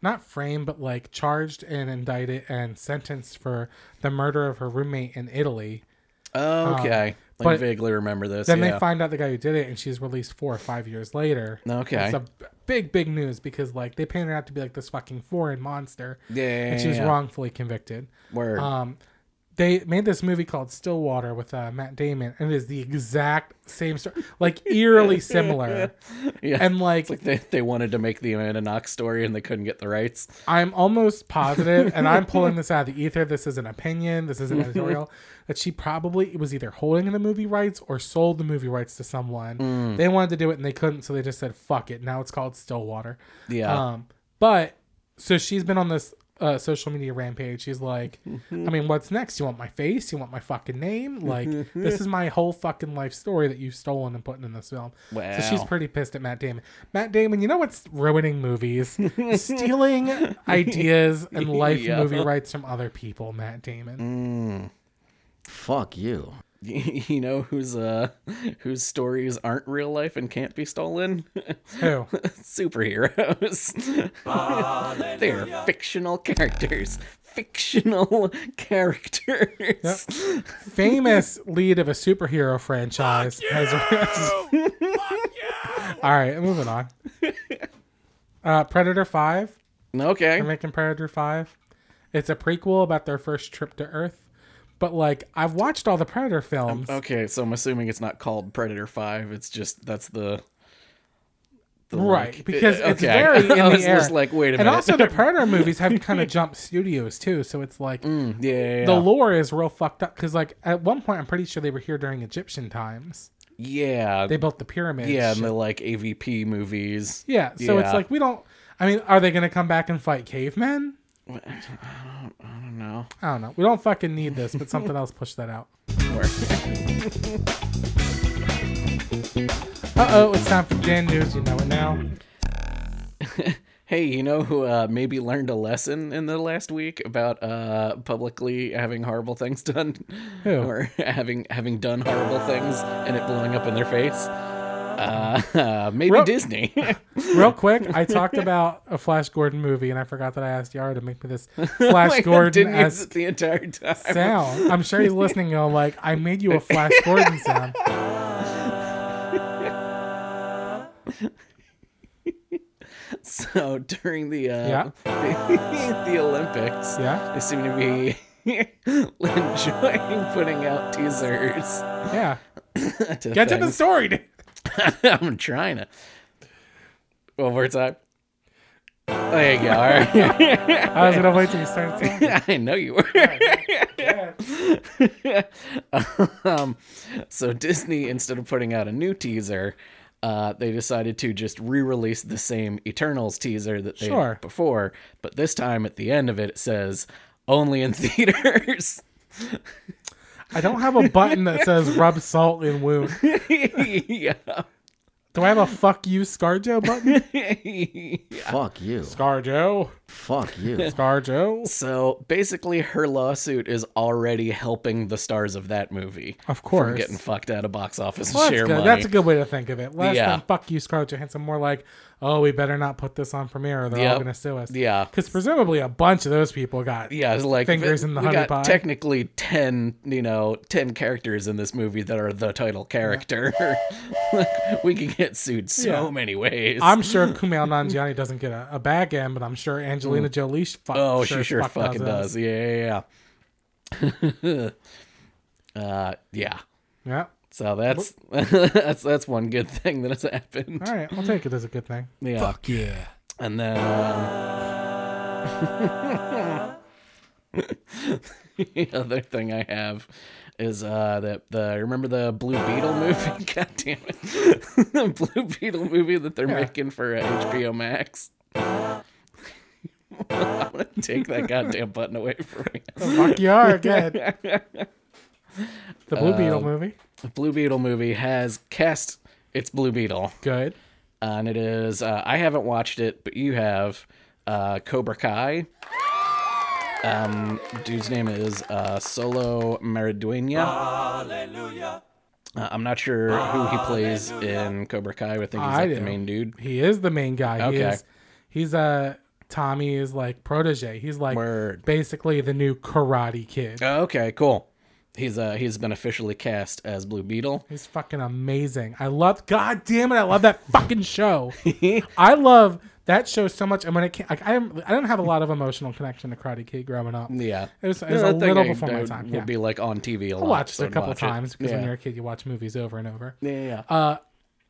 S2: not framed, but like charged and indicted and sentenced for the murder of her roommate in Italy.
S3: Okay. I
S2: Um, but-
S3: vaguely remember this.
S2: Then
S3: yeah.
S2: they find out the guy who did it, and she's released four or five years later.
S3: Okay.
S2: It's a b- big, big news because like they painted her out to be like this fucking foreign monster,
S3: Yeah, yeah,
S2: and she was
S3: yeah.
S2: wrongfully convicted.
S3: Word.
S2: Um, they made this movie called Stillwater with uh, Matt Damon, and it is the exact same story, like eerily similar.
S3: Yeah.
S2: And like,
S3: It's like they, they wanted to make the Amanda Knox story and they couldn't get the rights.
S2: I'm almost positive, and I'm pulling this out of the ether. This is an opinion. This is
S3: Mm-hmm.
S2: an editorial that she probably was either holding the movie rights or sold the movie rights to someone.
S3: Mm.
S2: They wanted to do it and they couldn't, so they just said "fuck it." Now it's called Stillwater.
S3: Yeah.
S2: Um, but so she's been on this uh, social media rampage. She's like,
S3: Mm-hmm.
S2: I mean, what's next? You want my face? You want my fucking name? Like, this is my whole fucking life story that you've stolen and put in this film. So she's
S3: Wow.
S2: pretty pissed at Matt Damon. Matt Damon, you know what's ruining movies? Stealing ideas and life
S3: Yeah.
S2: movie rights from other people, Matt Damon.
S4: Fuck you.
S3: you know whose uh whose stories aren't real life and can't be stolen? Mm.
S2: Who?
S3: Superheroes. they are fictional characters. Fictional characters.
S2: Famous lead of a superhero franchise has All right, moving on. Uh, Predator 5.
S3: Okay.
S2: They're making Predator 5. It's a prequel about their first trip to Earth. But, like, I've watched all the Predator films.
S3: Okay, so I'm assuming it's not called Predator Five. It's just that's the, the
S2: Right,
S3: like-
S2: because
S3: uh,
S2: it's
S3: okay.
S2: very in
S3: I
S2: the
S3: was just
S2: air.
S3: like, wait a
S2: and
S3: minute.
S2: also, the Predator movies have kind of jumped studios, too. So it's like
S3: Mm, yeah, yeah, yeah.
S2: the lore is real fucked up. Because, like, at one point, I'm pretty sure they were here during Egyptian times.
S3: yeah,
S2: They built the pyramids.
S3: yeah, and
S2: shit.
S3: the like AVP movies.
S2: yeah. So
S3: yeah.
S2: it's like, we don't. I mean, are they going to come back and fight cavemen?
S3: I don't know.
S2: I don't know. We don't fucking need this, but something else pushed that out.
S3: Or-
S2: Uh oh, it's time for Dan News. You know it now.
S3: Hey, you know who uh, maybe learned a lesson in the last week about uh, publicly having horrible things done,
S2: Who?
S3: or having having done horrible things and it blowing up in their face? Uh, maybe
S2: Ro-
S3: Disney.
S2: Real quick, I talked about a Flash Gordon movie, and I forgot that I asked Yara to make me this Flash Gordon
S3: Oh didn't use
S2: as
S3: it the entire time.
S2: sound. I'm sure he's listening. And I'm like, I made you a Flash Gordon sound.
S3: So during the
S2: Yeah.
S3: uh, the, Olympics,
S2: Yeah.
S3: they seem to be enjoying putting out teasers.
S2: Yeah,
S3: To
S2: get to the
S3: things.
S2: story. dude.
S3: I'm trying to. One more time. There you go. All right.
S2: I was gonna wait till you started. Talking.
S3: I know you were. um, so Disney, instead of putting out a new teaser, uh, they decided to just re-release the same Eternals teaser that they
S2: Sure.
S3: had before, but this time at the end of it, it says only in theaters.
S2: I don't have a button that says "rub salt in wound."
S3: yeah.
S2: Do I have a "fuck you, ScarJo" button?
S4: Fuck you.
S2: ScarJo,
S4: Fuck you.
S2: ScarJo.
S3: So basically, her lawsuit is already helping the stars of that movie.
S2: Of course.
S3: from getting fucked out of box office
S2: Well, that's
S3: share
S2: good.
S3: money.
S2: That's a good way to think of it. Less
S3: Yeah.
S2: than "fuck you, Scarlett Johansson," more like, "Oh, we better not put this on premiere, or they're all
S3: Yep.
S2: gonna sue us."
S3: Yeah.
S2: because presumably a bunch of those people got.
S3: Yeah, it's like
S2: Fingers
S3: we-
S2: in the
S3: we
S2: honey
S3: got
S2: pie.
S3: technically ten, you know, ten characters in this movie that are the title character. Like, we can get sued so
S2: Yeah.
S3: many ways.
S2: I'm sure Kumail Nanjiani doesn't get a, a back end, but I'm sure Angelina Jolie. Sh- fuck,
S3: Mm. oh,
S2: as
S3: she sure
S2: fuck
S3: fucking does.
S2: those.
S3: Yeah, yeah, yeah. uh, yeah.
S2: Yeah.
S3: So that's that's that's one good thing that has happened.
S2: All right, I'll take it as a good thing.
S3: Yeah.
S5: Fuck yeah.
S3: And then. Um, the other thing I have is uh that the remember the Blue Beetle movie? God damn it, the Blue Beetle movie that they're
S2: Yeah.
S3: making for uh, HBO Max. I want to take that goddamn button away from me.
S2: Fuck you are good. The
S3: Um,
S2: Blue Beetle movie.
S3: The Blue Beetle movie has cast its Blue Beetle,
S2: Good.
S3: and it is uh, I haven't watched it, but you have uh, Cobra Kai. Um, dude's name is uh, Solo Meriduena. Uh, I'm not sure who he plays in Cobra Kai. but I think he's
S2: I
S3: like the
S2: do.
S3: main dude.
S2: He is the main guy. He
S3: Okay.
S2: is, he's a Tommy is like protege. He's like
S3: Word.
S2: basically the new karate kid.
S3: Oh, okay, cool. He's uh he's been officially cast as Blue Beetle.
S2: He's fucking amazing. I love. God damn it! I love that fucking show. I love that show so much. And when it came, like, I didn't, I didn't have a lot of emotional connection to Karate Kid growing up.
S3: Yeah,
S2: It was, it was
S3: No,
S2: a
S3: that thing
S2: little
S3: I-
S2: before
S3: that
S2: my
S3: would-
S2: time.
S3: Would
S2: Yeah.
S3: be like on TV a
S2: I
S3: lot.
S2: watched
S3: so
S2: it a
S3: I'd
S2: couple
S3: watch
S2: times because
S3: yeah.
S2: when you're a kid, you watch movies over and over.
S3: yeah, yeah, yeah.
S2: Uh,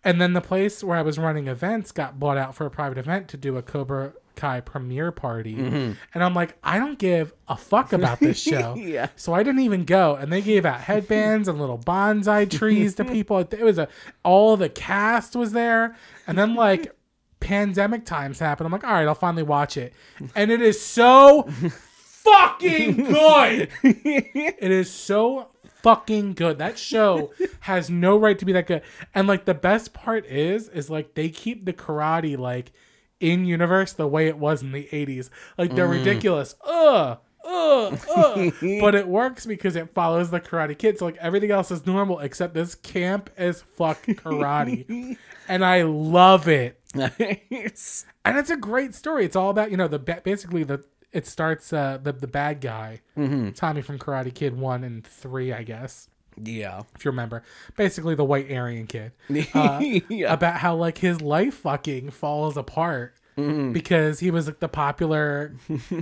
S2: and then the place where I was running events got bought out for a private event to do a Cobra Kai premiere party. And I'm like, I don't give a fuck about this show.
S3: Yeah.
S2: So I didn't even go. And they gave out headbands and little bonsai trees to people. It was a all the cast was there. And then like pandemic times happened. I'm like, all right, I'll finally watch it. And it is so fucking good. it is so fucking good. That show has no right to be that good. And like the best part is, is like they keep the karate like in universe the way it was in the 80s. Like they're ridiculous. Ugh. Ugh, ugh. but it works because it follows the Karate Kid. So like everything else is normal except this camp as fuck karate, and I love it
S3: Nice.
S2: and it's a great story. It's all about you know the ba- basically the it starts uh, the the bad guy Tommy from Karate Kid one and three, I guess
S3: yeah.
S2: if you remember, basically the white Aryan kid uh, about how like his life fucking falls apart
S3: Mm-hmm.
S2: because he was like the popular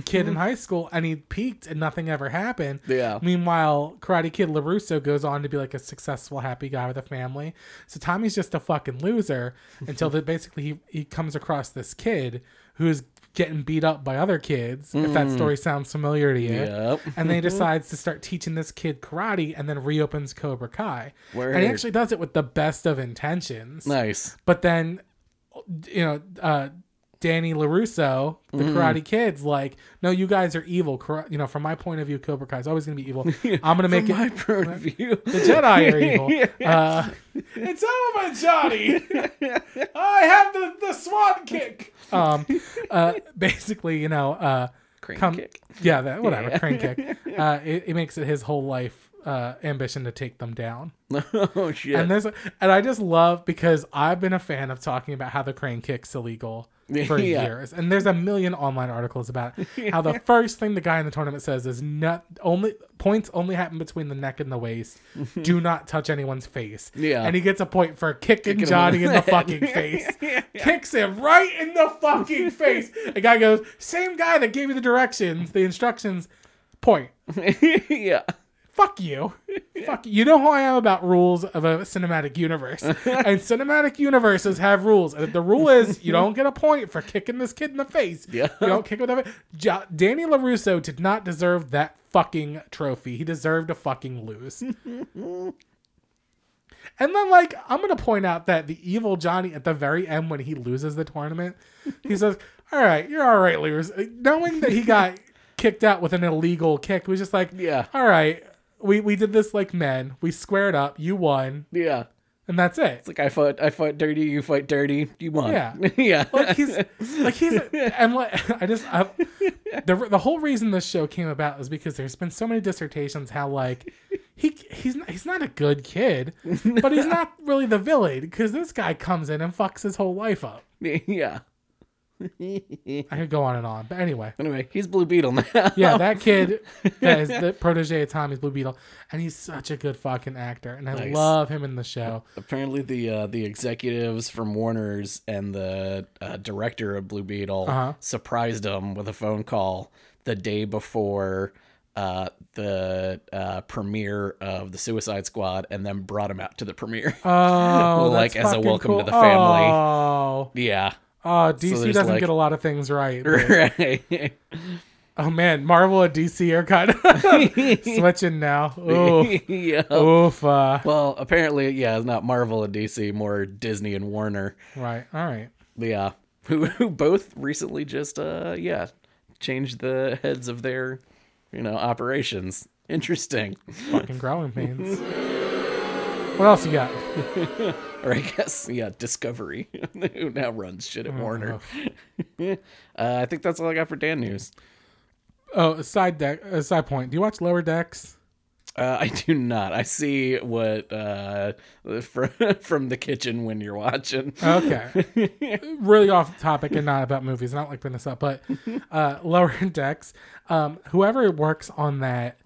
S2: kid in high school and he peaked and nothing ever happened.
S3: Yeah.
S2: Meanwhile, Karate Kid Larusso goes on to be like a successful, happy guy with a family. So Tommy's just a fucking loser until that basically he, he comes across this kid who's getting beat up by other kids. If
S3: Mm.
S2: that story sounds familiar to you,
S3: Yep.
S2: and then he decides to start teaching this kid karate and then reopens Cobra Kai. And he
S3: Word.
S2: actually does it with the best of intentions.
S3: Nice.
S2: But then, you know, uh, Danny LaRusso, the
S3: Mm.
S2: Karate Kid's like, no, you guys are evil. Kara- you know, from my point of view, Cobra Kai's always going to be evil. I'm going to make
S3: From my
S2: it.
S3: point of view.
S2: The Jedi are evil. Uh, it's over, Johnny. I have the, the swan kick. Um, uh, basically, you know, uh,
S3: Crane
S2: come-
S3: kick.
S2: yeah, that whatever crane kick. Uh, it, it makes it his whole life uh, ambition to take them down.
S3: oh shit.
S2: And there's and I just love because I've been a fan of talking about how the crane kick's illegal for
S3: Yeah.
S2: years, and there's a million online articles about it. how the first thing the guy in the tournament says is not only points only happen between the neck and the waist. Do not touch anyone's face.
S3: Yeah.
S2: and he gets a point for kicking
S3: Kicking him
S2: Johnny
S3: in
S2: in the
S3: the head.
S2: fucking face. Kicks him right in the fucking face. The guy goes, same guy that gave you the directions, the instructions. Point
S3: yeah.
S2: fuck you. fuck you. You know how I am about rules of a cinematic universe. and cinematic universes have rules. And if the rule is you don't get a point for kicking this kid in the face.
S3: Yeah.
S2: You don't kick him in the face. Jo- Danny LaRusso did not deserve that fucking trophy. He deserved to fucking lose. And then, like, I'm going to point out that the evil Johnny at the very end, when he loses the tournament, he says, All right, you're all right, losers. Knowing that he got kicked out with an illegal kick, was just like,
S3: Yeah.
S2: All right, we, we did this like men. We squared up. You won.
S3: Yeah.
S2: And that's it.
S3: It's like I fought I fought dirty, you fight dirty, you won.
S2: Yeah.
S3: yeah.
S2: Like, he's, like, he's, and like, I just, I, the, the whole reason this show came about is because there's been so many dissertations how, like, he, he's not, he's not a good kid, but he's not really the villain because this guy comes in and fucks his whole life up.
S3: yeah.
S2: I could go on and on, but anyway,
S3: Anyway, he's Blue Beetle now.
S2: yeah, that kid that is the protege of Tommy's Blue Beetle, and he's such a good fucking actor, and I
S3: Nice.
S2: love him in the show.
S3: Apparently, the uh, the executives from Warner's and the uh, director of Blue Beetle
S2: Uh-huh.
S3: surprised him with a phone call the day before uh, the uh, premiere of the Suicide Squad, and then brought him out to the premiere.
S2: Oh,
S3: Like,
S2: that's
S3: as a
S2: fucking
S3: welcome to
S2: cool.
S3: the family.
S2: Oh,
S3: yeah,
S2: oh DC
S3: there's,
S2: doesn't
S3: like-
S2: get a lot of things right. but-
S3: right.
S2: oh man, Marvel and DC are kind of switching now. Oof,
S3: yeah.
S2: oof. Uh,
S3: Well, apparently, yeah, it's not Marvel and DC, more Disney and Warner.
S2: right, all right.
S3: Yeah, who who both recently just uh yeah changed the heads of their you know operations. Interesting.
S2: Fucking growing pains. What else you got?
S3: Or I guess yeah, Discovery, who now runs shit at Warner. uh, I think that's all I got for Dan news.
S2: Oh, side deck, uh, side point. Do you watch Lower Decks?
S3: Uh, I do not. I see what uh from from the kitchen when you're watching.
S2: Okay. really off topic and not about movies. and I don't like bringing this up, but uh, Lower Decks, um, whoever works on that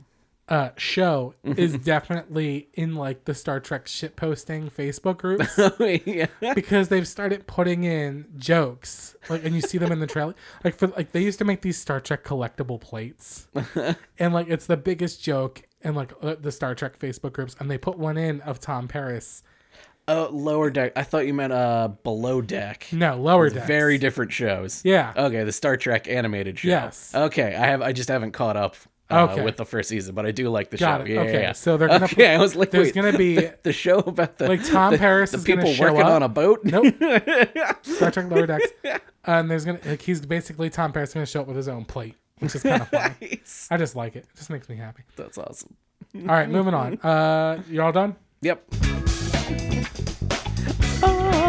S2: uh, show is definitely in like the Star Trek shitposting Facebook groups
S3: yeah.
S2: because they've started putting in jokes like and you see them in the trailer like for like they used to make these star trek collectible plates and like it's the biggest joke in like uh, the star trek facebook groups and they put one in of tom paris
S3: Oh, lower deck. I thought you meant uh below deck.
S2: no lower decks.
S3: Very Oh. different shows.
S2: Yeah.
S3: Okay, the Star Trek animated show.
S2: Yes.
S3: Okay, I have. I just haven't caught up. Uh,
S2: Okay.
S3: With the first season, but I do like the
S2: Got
S3: show.
S2: it.
S3: Yeah,
S2: Okay,
S3: yeah, yeah.
S2: so they're gonna
S3: Okay,
S2: put-
S3: I was like,
S2: there's
S3: wait,
S2: gonna be-
S3: the, the show about the
S2: like Tom
S3: the,
S2: Paris
S3: the
S2: is
S3: people
S2: gonna show
S3: working
S2: up.
S3: on a boat.
S2: nope star trek lower decks and there's gonna like he's basically tom paris gonna show up with his own plate which is kind of funny
S3: Nice.
S2: i just like it it just makes me happy
S3: That's awesome.
S2: all right moving on uh you all done
S3: Yep.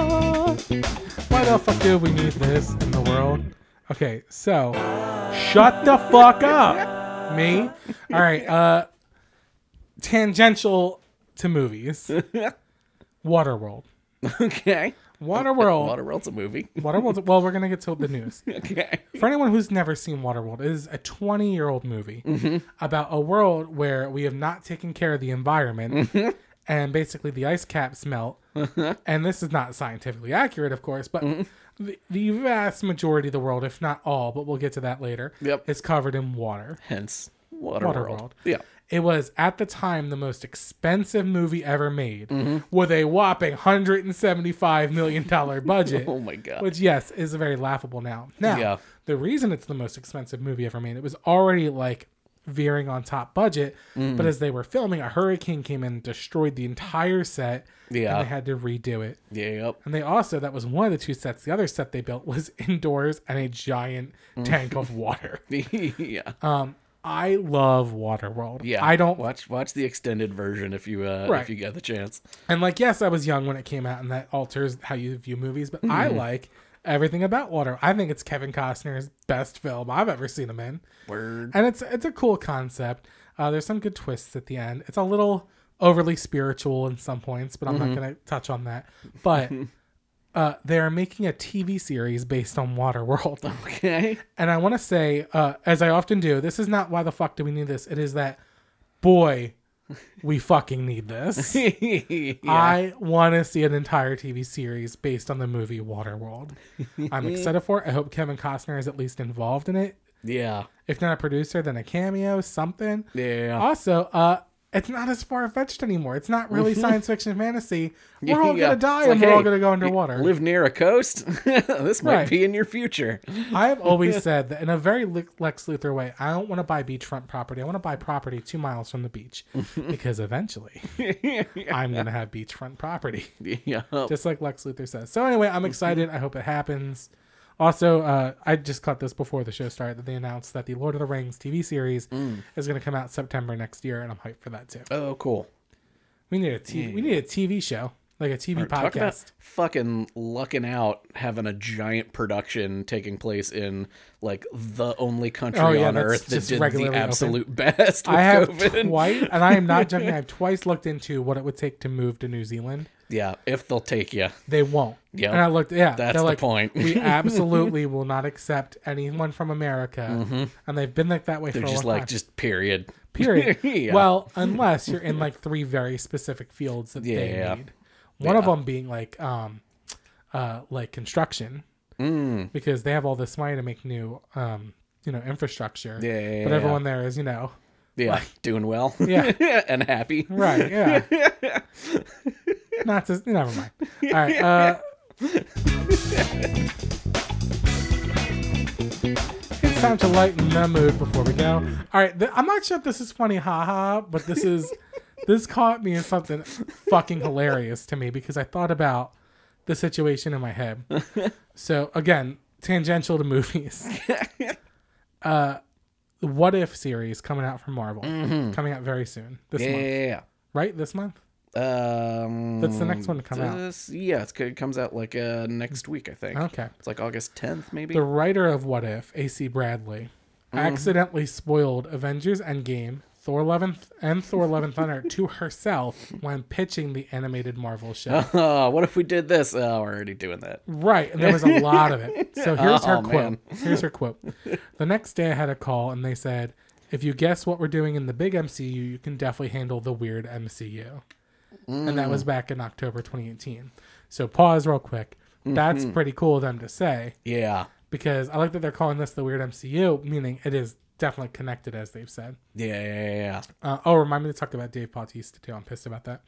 S2: Why the fuck do we need this in the world? Okay, so shut the fuck up, me. All right, uh, tangential to movies. Waterworld.
S3: Okay.
S2: Waterworld.
S3: Waterworld's a movie.
S2: Waterworld. Well, we're gonna get to the news.
S3: Okay.
S2: For anyone who's never seen Waterworld, it is a 20 year old movie about a world where we have not taken care of the environment and basically the ice caps melt. And this is not scientifically accurate, of course, but the, the vast majority of the world, if not all, but we'll get to that later,
S3: Yep.
S2: is covered in water.
S3: Hence Waterworld.
S2: Waterworld.
S3: Yeah.
S2: It was at the time the most expensive movie ever made
S3: Mm-hmm.
S2: with a whopping $175 million budget.
S3: Oh my god.
S2: Which yes is very laughable now. Now
S3: Yeah.
S2: the reason it's the most expensive movie ever made, it was already like veering on top budget,
S3: Mm.
S2: but as they were filming, a hurricane came in and destroyed the entire set.
S3: Yeah.
S2: And they had to redo it.
S3: yep.
S2: And they also that was one of the two sets. The other set they built was indoors and a giant
S3: Mm.
S2: tank of water.
S3: yeah.
S2: Um I love Waterworld.
S3: yeah.
S2: I don't
S3: watch watch the extended version if you uh
S2: Right.
S3: if you get the chance.
S2: And like, yes, I was young when it came out, and that alters how you view movies. But I like everything about Water. I think it's Kevin Costner's best film I've ever seen him in,
S3: Word.
S2: and it's it's a cool concept. Uh, there's some good twists at the end. It's a little overly spiritual in some points, but I'm not going to touch on that. But uh, they are making a TV series based on Waterworld.
S3: Okay.
S2: And I want to say, uh, as I often do, this is not why the fuck do we need this. It is that, boy, we fucking need this. I want to see an entire TV series based on the movie Waterworld. I'm excited for it. I hope Kevin Costner is at least involved in it.
S3: yeah.
S2: If not a producer, then a cameo, something.
S3: Yeah.
S2: Also, uh, it's not as far fetched anymore. It's not really science fiction fantasy. We're all
S3: Mm-hmm. Yeah.
S2: gonna die
S3: It's
S2: and
S3: like,
S2: we're all
S3: hey,
S2: gonna go
S3: you
S2: underwater.
S3: Live near a coast? this might
S2: Right.
S3: be in your future.
S2: I have always said that in a very Le- Lex Luthor way, I don't want to buy beachfront property. I want to buy property two miles from the beach because eventually I'm gonna have beachfront property.
S3: Yeah.
S2: just like Lex Luthor says. So anyway,
S3: Mm-hmm.
S2: I'm excited. I hope it happens. Also, uh, I just caught this before the show started that they announced that the Lord of the Rings TV series
S3: Mm.
S2: is going to come out September next year, and I'm hyped for that too.
S3: oh, cool.
S2: We need a TV, we need a TV show, like a TV
S3: Talk about
S2: podcast.
S3: fucking lucking out having a giant production taking place in like the only country
S2: Oh, yeah,
S3: on
S2: that's
S3: earth that
S2: just
S3: did the
S2: regularly open.
S3: absolute best with
S2: I have
S3: COVID.
S2: twice, and I am not joking. I've twice looked into what it would take to move to New Zealand.
S3: Yeah, if they'll take you.
S2: They won't.
S3: Yep.
S2: And I looked. Yeah, they're
S3: That's the
S2: like,
S3: point.
S2: we absolutely will not accept anyone from America, and they've been like that way
S3: Mm-hmm. They're
S2: for a
S3: just
S2: long
S3: like,
S2: time.
S3: just period.
S2: Period.
S3: Yeah.
S2: Well, unless you're in like three very specific fields that they
S3: Yeah.
S2: need. One of them being like um uh like construction. Mm. Because they have all this money to make new um you know infrastructure.
S3: Yeah, yeah,
S2: But
S3: yeah.
S2: everyone there is, you know,
S3: Yeah. Doing well.
S2: Yeah.
S3: and happy.
S2: Right, yeah. Not to never mind. All right, uh It's time to lighten the mood before we go. All right, th- I'm not sure if this is funny, haha, but this is this caught me in something fucking hilarious to me because I thought about the situation in my head. So again, tangential to movies. Uh, the What If series coming out from Marvel, coming out very soon this month
S3: Yeah.
S2: right this month
S3: Um,
S2: That's the next one to come out.
S3: this- Yeah, it's, it comes out like uh, next week, I think.
S2: okay
S3: It's like August 10th, maybe.
S2: the writer of what if ac bradley
S3: Mm-hmm.
S2: accidentally spoiled avengers endgame thor 11th and thor 11th thunder to herself when pitching the animated marvel show
S3: Oh, what if we did this? Oh, we're already doing that.
S2: Right, and there was a lot of it. So here's her
S3: Oh,
S2: quote.
S3: man.
S2: Here's her quote. The next day I had a call and they said, if you guess what we're doing in the big MCU, you can definitely handle the weird MCU. And
S3: Mm.
S2: that was back in October 2018. So pause real quick. That's
S3: Mm-hmm.
S2: pretty cool of them to say
S3: Yeah.
S2: because I like that they're calling this the weird MCU, meaning it is definitely connected, as they've said.
S3: Yeah, yeah, yeah.
S2: Uh, oh, remind me to talk about Dave Bautista too. I'm pissed about that.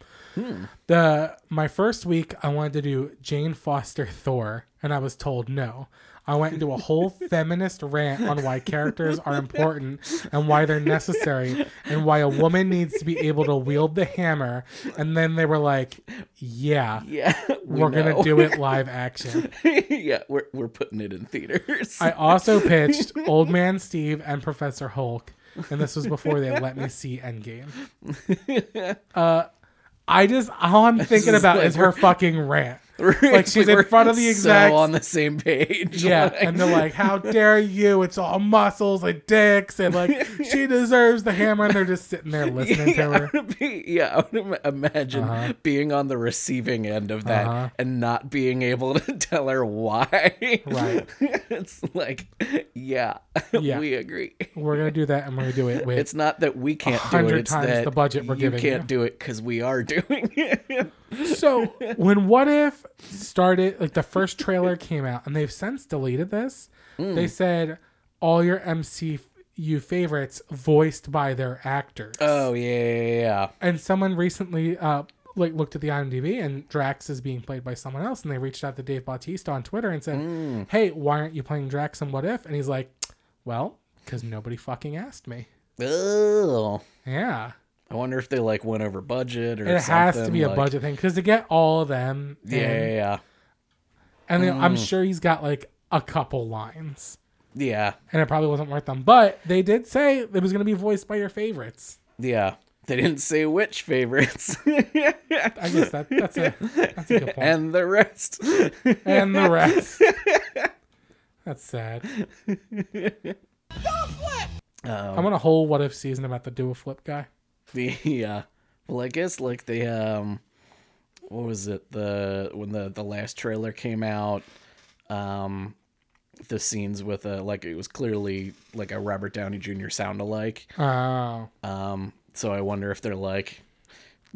S2: The my first week, I wanted to do Jane Foster Thor, and I was told no. I went into a whole feminist rant on why characters are important and why they're necessary and why a woman needs to be able to wield the hammer. And then they were like, "Yeah,
S3: Yeah. yeah we
S2: we're gonna
S3: know.
S2: do it live action."
S3: yeah, we're, we're putting it in theaters.
S2: I also pitched Old Man Steve and Professor Hulk, and this was before they let me see Endgame. Uh, I just all I'm thinking
S3: is
S2: about
S3: like
S2: is her
S3: we're-
S2: fucking rant. Like she's
S3: We're
S2: in front of the exact
S3: so on the same page.
S2: yeah, and they're like, "How dare you? It's all muscles and dicks, and like she deserves the hammer." And they're just sitting there listening to
S3: yeah,
S2: her.
S3: I would be- yeah, I would im- imagine
S2: Uh-huh.
S3: being on the receiving end of that
S2: Uh-huh.
S3: and not being able to tell her why.
S2: Right.
S3: it's like, yeah,
S2: Yeah.
S3: we agree.
S2: We're gonna do that, and we're gonna do it with
S3: It's not that we can't do it.
S2: hundred
S3: It's
S2: times
S3: that
S2: the budget we're
S3: you
S2: giving
S3: can't
S2: you.
S3: do it because we are doing it.
S2: So when What If started, like the first trailer came out, and they've since deleted this.
S3: Mm.
S2: They said all your MCU favorites voiced by their actors.
S3: oh yeah, yeah, yeah.
S2: And someone recently, uh, like looked at the IMDb, and Drax is being played by someone else, and they reached out to Dave Bautista on Twitter and said,
S3: Mm.
S2: "Hey, why aren't you playing Drax in What If?" And he's like, "Well, because nobody fucking asked me."
S3: Oh,
S2: Yeah,
S3: I wonder if they like went over budget or
S2: it
S3: something.
S2: has to be a
S3: like-
S2: budget thing because to get all of them,
S3: Yeah,
S2: in-
S3: yeah, yeah.
S2: and then
S3: Mm.
S2: I'm sure he's got like a couple lines,
S3: yeah.
S2: and it probably wasn't worth them. But they did say it was going to be voiced by your favorites.
S3: Yeah. They didn't say which favorites.
S2: I guess that that's a that's a good point. And,
S3: and the rest.
S2: the rest. that's sad. I
S3: Um,
S2: want a whole what if season about the do a flip guy.
S3: the, yeah. Well, I guess like the um what was it? The when the the last trailer came out um the scenes with uh like it was clearly like a Robert Downey Jr. sound alike.
S2: Oh,
S3: Um so I wonder if they're like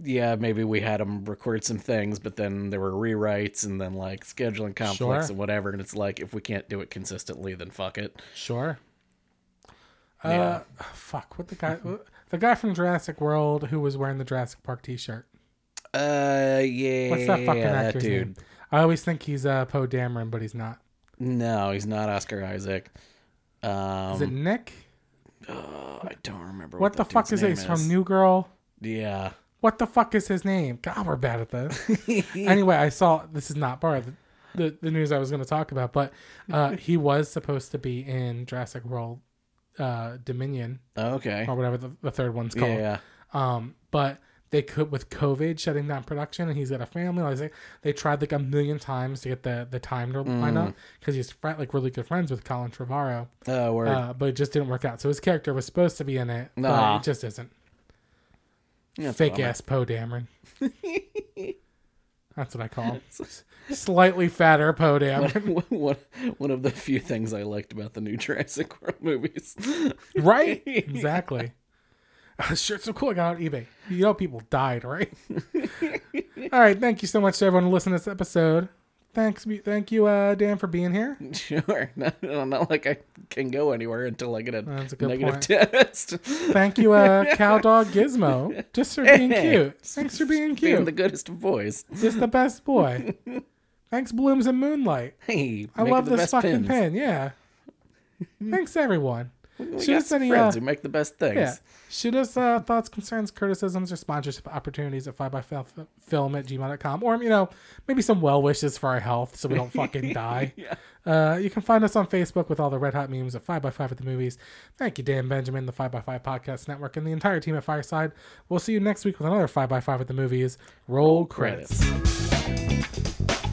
S3: yeah, maybe we had them record some things, but then there were rewrites and then like scheduling conflicts
S2: Sure.
S3: and whatever. And it's like, if we can't do it consistently, then fuck it.
S2: sure. Uh,
S3: Yeah.
S2: fuck. What the guy? The guy from Jurassic World who was wearing the Jurassic Park T-shirt.
S3: Uh, yeah.
S2: What's that fucking
S3: that
S2: actor's
S3: dude?
S2: name? I always think he's uh, Poe Dameron, but he's not.
S3: No, he's not Oscar Isaac. Um,
S2: Is it Nick?
S3: oh, I don't remember.
S2: What, the
S3: that
S2: fuck is
S3: dude's name
S2: it? He's from New Girl.
S3: Yeah.
S2: What the fuck is his name? God, we're bad at this. anyway, I saw this is not part of the, the, the news I was going to talk about, but uh, he was supposed to be in Jurassic World uh, Dominion
S3: Oh, Okay.
S2: or whatever the, the third one's called.
S3: Yeah.
S2: Um, but they could with COVID shutting down production, and he's got a family. Like they- they tried like a million times to get the the time to line
S3: Mm.
S2: up because he's fri like really good friends with Colin Trevorrow,
S3: Oh, word.
S2: uh, but it just didn't work out. So his character was supposed to be in it,
S3: Nah.
S2: but it just isn't.
S3: That's
S2: Fake
S3: bummer.
S2: ass Poe Dameron. That's what I call him. Slightly fatter Poe Dameron.
S3: one, one of the few things I liked about the new Jurassic World movies.
S2: right? Exactly. This shirt's so cool. I got it on eBay. You know, people died, right? All right. Thank you so much to everyone who listened to this episode. Thanks, me- thank you, uh, Dan, for being here.
S3: sure. No, no, not like I can go anywhere until I get a,
S2: That's a good
S3: negative
S2: point.
S3: test.
S2: Thank you, uh, Cow Dog Gizmo, just for being
S3: Hey.
S2: cute. Thanks for being
S3: Being the
S2: cute.
S3: goodest of boys.
S2: Just the best boy. Thanks, Blooms and Moonlight.
S3: Hey,
S2: I
S3: make
S2: love
S3: the
S2: this
S3: best
S2: fucking
S3: pins.
S2: pin. Yeah. Thanks, everyone.
S3: We
S2: Shoot
S3: got
S2: us
S3: some
S2: any uh,
S3: friends who make the best things.
S2: Yeah. Shoot us uh, thoughts, concerns, criticisms, or sponsorship opportunities at 5byfilm at gmail.com. Or, you know, maybe some well wishes for our health so we don't fucking die. uh, you can find us on Facebook with all the red hot memes at 5by5 at the movies. Thank you, Dan Benjamin, the 5by5 Podcast Network, and the entire team at Fireside. We'll see you next week with another 5by5 at the movies. Roll credits.
S3: credits.